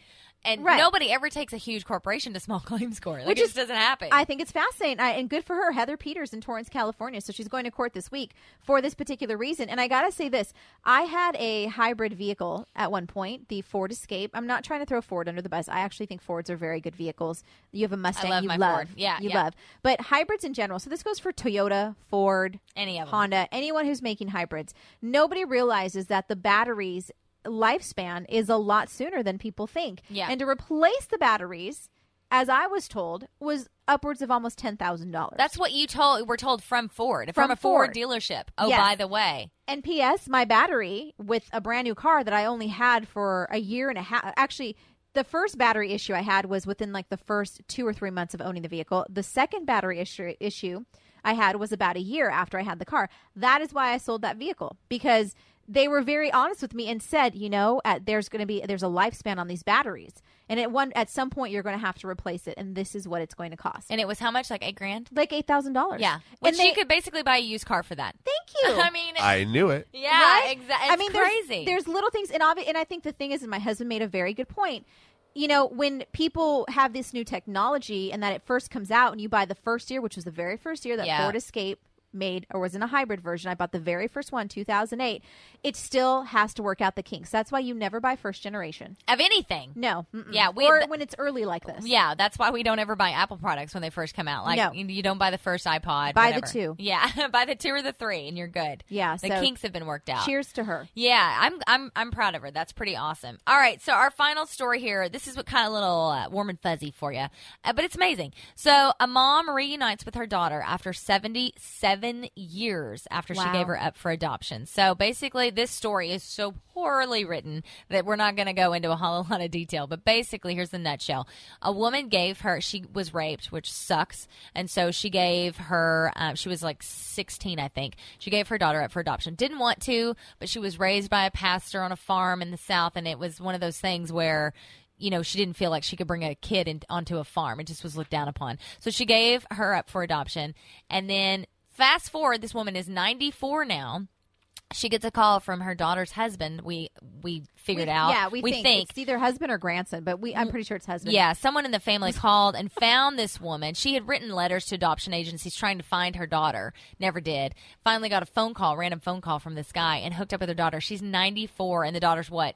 [SPEAKER 3] And
[SPEAKER 2] Right.
[SPEAKER 3] nobody ever takes a huge corporation to small claims court. Like,
[SPEAKER 2] Which
[SPEAKER 3] it
[SPEAKER 2] is-
[SPEAKER 3] just doesn't happen.
[SPEAKER 2] I think it's fascinating I, and good for her. Heather Peters in Torrance, California. So she's going to court this week for this particular reason. And I got to say this I had a hybrid vehicle at one point, the Ford Escape. I'm not trying to throw Ford under the bus. I actually think Fords are very good vehicles. You have a Mustang
[SPEAKER 3] love
[SPEAKER 2] you
[SPEAKER 3] my
[SPEAKER 2] love.
[SPEAKER 3] Ford. Yeah,
[SPEAKER 2] You
[SPEAKER 3] yeah.
[SPEAKER 2] love. But hybrids in general. So this goes for Toyota, Ford,
[SPEAKER 3] Any of 'em.
[SPEAKER 2] Honda, anyone who's making hybrids. Nobody realizes that the batteries lifespan is a lot sooner than people think.
[SPEAKER 3] Yeah.
[SPEAKER 2] And to replace the batteries, as I was told, was upwards of almost ten thousand dollars.
[SPEAKER 3] That's what you told. We're told from Ford, from,
[SPEAKER 2] From
[SPEAKER 3] a Ford,
[SPEAKER 2] Ford.
[SPEAKER 3] dealership. Oh,
[SPEAKER 2] Yes.
[SPEAKER 3] by the way,
[SPEAKER 2] and P.S. My battery with a brand new car that I only had for a year and a half. Actually, the first battery issue I had was within like the first two or three months of owning the vehicle. The second battery issue issue I had was about a year after I had the car. That is why I sold that vehicle because they were very honest with me and said, you know, at, there's going to be there's a lifespan on these batteries, and at one at some point you're going to have to replace it, and this is what it's going to cost.
[SPEAKER 3] and it was how much? Like eight grand.
[SPEAKER 2] like eight thousand dollars.
[SPEAKER 3] Yeah,
[SPEAKER 2] and
[SPEAKER 3] and
[SPEAKER 2] they,
[SPEAKER 3] you could basically buy a used car for that.
[SPEAKER 2] thank you.
[SPEAKER 3] I mean,
[SPEAKER 5] I knew it.
[SPEAKER 3] yeah,
[SPEAKER 2] Right?
[SPEAKER 3] exactly.
[SPEAKER 2] I mean, there's-
[SPEAKER 3] crazy.
[SPEAKER 2] There's, little things, and obvi- and I think the thing is, and my husband made a very good point. You know, when people have this new technology and that it first comes out, and you buy the first year, which was the very first year that
[SPEAKER 3] Yeah.
[SPEAKER 2] Ford Escape made or was in a hybrid version. I bought the very first one, 2008. It still has to work out the kinks. That's why you never buy first generation.
[SPEAKER 3] of anything.
[SPEAKER 2] No. Mm-mm.
[SPEAKER 3] Yeah, we-
[SPEAKER 2] or when it's early like this.
[SPEAKER 3] Yeah, that's why we don't ever buy Apple products when they first come out. Like
[SPEAKER 2] No.
[SPEAKER 3] you, you don't buy the first iPod.
[SPEAKER 2] Buy the
[SPEAKER 3] whatever.
[SPEAKER 2] two.
[SPEAKER 3] Yeah, buy the two or the three, and you're good.
[SPEAKER 2] Yeah,
[SPEAKER 3] the
[SPEAKER 2] so-
[SPEAKER 3] kinks have been worked out.
[SPEAKER 2] Cheers to her.
[SPEAKER 3] Yeah, I'm I'm I'm proud of her. That's pretty awesome. All right, so our final story here. This is what kind of little uh, warm and fuzzy for you, uh, but it's amazing. So a mom reunites with her daughter after 77 years after she
[SPEAKER 2] Wow.
[SPEAKER 3] gave her up for adoption. So basically, this story is so poorly written that we're not going to go into a whole lot of detail. But basically, here's the nutshell: a woman gave her she was raped, which sucks, and so she gave her um, she was like 16, I think. She gave her daughter up for adoption. Didn't want to, but she was raised by a pastor on a farm in the South, and it was one of those things where you know, she didn't feel like she could bring a kid in, onto a farm. It just was looked down upon. So she gave her up for adoption. And then fast forward, this woman is 94 now. She gets a call from her daughter's husband. We we figured
[SPEAKER 2] We-
[SPEAKER 3] out. Mm,
[SPEAKER 2] Yeah, we, think, it's either husband or grandson, but we I'm pretty sure it's husband.
[SPEAKER 3] Yeah, someone in the family called and found this woman. She had written letters to adoption agencies trying to find her daughter. Never did. Finally got a phone call, random phone call from this guy, and hooked up with her daughter. She's 94, and the daughter's what?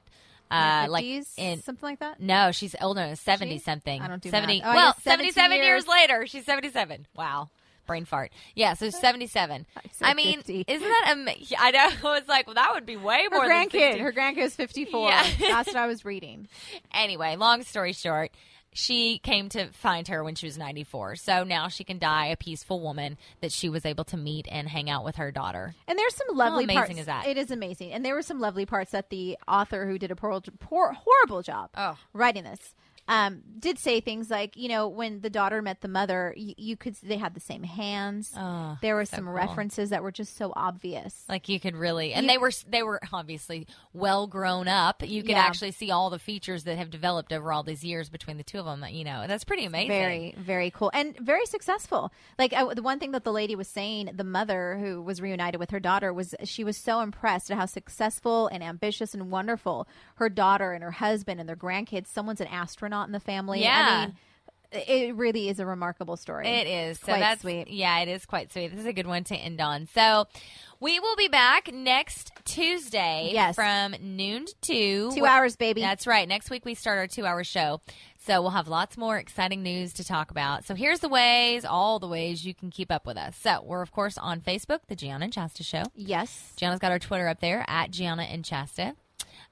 [SPEAKER 3] Uh, like
[SPEAKER 2] 50s,
[SPEAKER 3] in
[SPEAKER 2] something like that.
[SPEAKER 3] no, she's older, than seventy something.
[SPEAKER 2] I don't do
[SPEAKER 3] seventy.
[SPEAKER 2] math. Oh, I
[SPEAKER 3] well,
[SPEAKER 2] guess 72
[SPEAKER 3] seventy-seven years.
[SPEAKER 2] years.
[SPEAKER 3] later, she's seventy-seven. Wow, brain fart. Yeah, so seventy-seven.
[SPEAKER 2] said
[SPEAKER 3] I mean,
[SPEAKER 2] 50.
[SPEAKER 3] isn't that? Am- I know. It's like well, that would be way
[SPEAKER 2] Her
[SPEAKER 3] more. than
[SPEAKER 2] grandkid.
[SPEAKER 3] 60.
[SPEAKER 2] Her grandkid's 54.
[SPEAKER 3] Yeah.
[SPEAKER 2] That's what I was reading.
[SPEAKER 3] Anyway, long story short, she came to find her when she was 94. So now she can die a peaceful woman that she was able to meet and hang out with her daughter.
[SPEAKER 2] And there's some lovely
[SPEAKER 3] amazing
[SPEAKER 2] parts.
[SPEAKER 3] is that?
[SPEAKER 2] It is amazing. And there were some lovely parts that the author who did a poor, poor, horrible job
[SPEAKER 3] Oh.
[SPEAKER 2] writing this um, did say things like, you know, when the daughter met the mother, you, you could they had the same hands.
[SPEAKER 3] Oh,
[SPEAKER 2] there were
[SPEAKER 3] so
[SPEAKER 2] some
[SPEAKER 3] cool.
[SPEAKER 2] references that were just so obvious.
[SPEAKER 3] Like you could really, and
[SPEAKER 2] You-
[SPEAKER 3] they were they were obviously well grown up. You could
[SPEAKER 2] Yeah.
[SPEAKER 3] actually see all the features that have developed over all these years between the two of them. You know, that's pretty amazing.
[SPEAKER 2] Very, very cool and very successful. Like I, the one thing that the lady was saying, the mother who was reunited with her daughter was she was so impressed at how successful and ambitious and wonderful her daughter and her husband and their grandkids. Someone's an astronaut in the family.
[SPEAKER 3] Yeah.
[SPEAKER 2] I mean, it really is a remarkable story.
[SPEAKER 3] It is. so
[SPEAKER 2] quite
[SPEAKER 3] that's
[SPEAKER 2] sweet.
[SPEAKER 3] Yeah, it is quite sweet. This is a good one to end on. So we will be back next Tuesday
[SPEAKER 2] Yes.
[SPEAKER 3] from noon to two.
[SPEAKER 2] Two hours, baby.
[SPEAKER 3] That's right. Next week we start our two hour show. So we'll have lots more exciting news to talk about. So here's the ways, all the ways you can keep up with us. So we're of course on Facebook, the Gianna and Chasta Show.
[SPEAKER 2] yes.
[SPEAKER 3] Gianna's got our Twitter up there at Gianna and Chasta.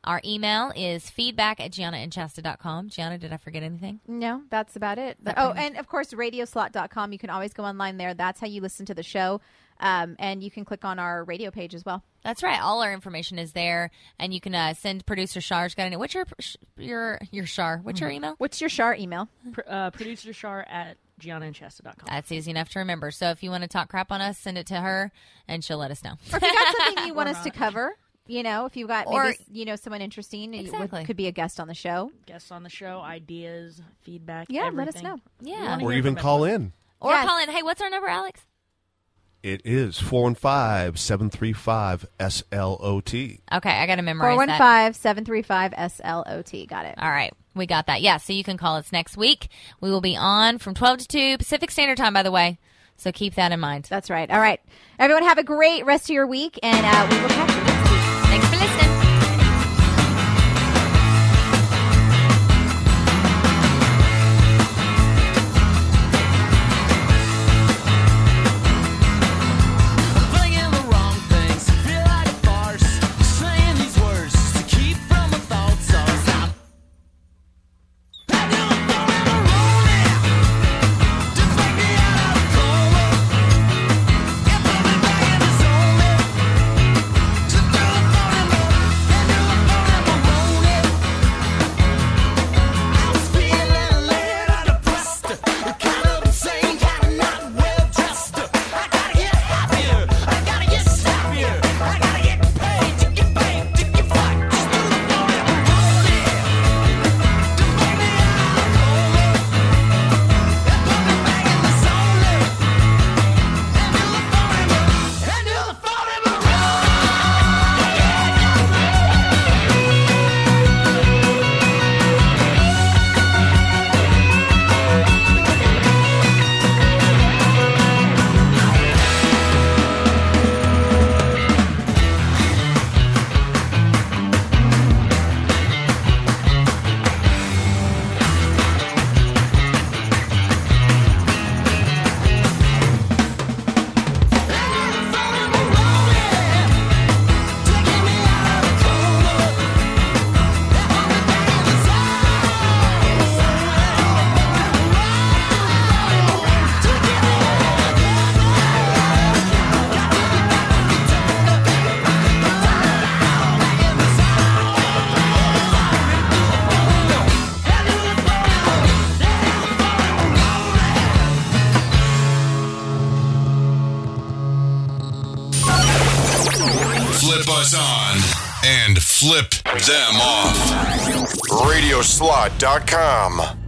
[SPEAKER 3] Our email is feedback at giannaandchasta.com. Gianna, did I forget anything?
[SPEAKER 2] No, that's about it.
[SPEAKER 3] That
[SPEAKER 2] oh,
[SPEAKER 3] pretty
[SPEAKER 2] and of course, radioslot.com. You can always go online there. That's how you listen to the show. Um, and you can click on our radio page as well.
[SPEAKER 3] That's right. All our information is there, and you can uh, send producer Shar's got it. What's your your your Shar? What's your email?
[SPEAKER 2] What's your Shar email?
[SPEAKER 4] Pr- uh, producer Shar at giannaandchasta.com.
[SPEAKER 3] That's easy enough to remember. So if you want to talk crap on us, send it to her, and she'll let us know.
[SPEAKER 2] or if you got something you want us to cover, you know, if you got maybe,
[SPEAKER 3] Or-
[SPEAKER 2] s- you know someone interesting, you would-
[SPEAKER 3] Exactly.
[SPEAKER 2] could be a guest on the show.
[SPEAKER 4] Guests on the show, ideas, feedback.
[SPEAKER 2] Yeah, let us
[SPEAKER 4] everything.
[SPEAKER 2] know.
[SPEAKER 3] Yeah,
[SPEAKER 5] Or even call in.
[SPEAKER 3] or
[SPEAKER 2] Yes.
[SPEAKER 3] call in. Hey, what's our number, Alex?
[SPEAKER 5] It is 415 735 SLOT.
[SPEAKER 3] Okay, I got to memorize that.
[SPEAKER 2] 415 735 SLOT. Got it.
[SPEAKER 3] All right. We got that. Yeah. So you can call us next week. We will be on from 12 to 2 Pacific Standard Time, by the way. So keep that in mind.
[SPEAKER 2] That's right. All right. Everyone, have a great rest of your week, and uh, we will catch you next week.
[SPEAKER 3] Thanks for listening.
[SPEAKER 6] Bringing the wrong things, feel like a farce. Saying these words to keep from the thoughts of stop.
[SPEAKER 8] Flip us on and flip them off. RadioSlot.com.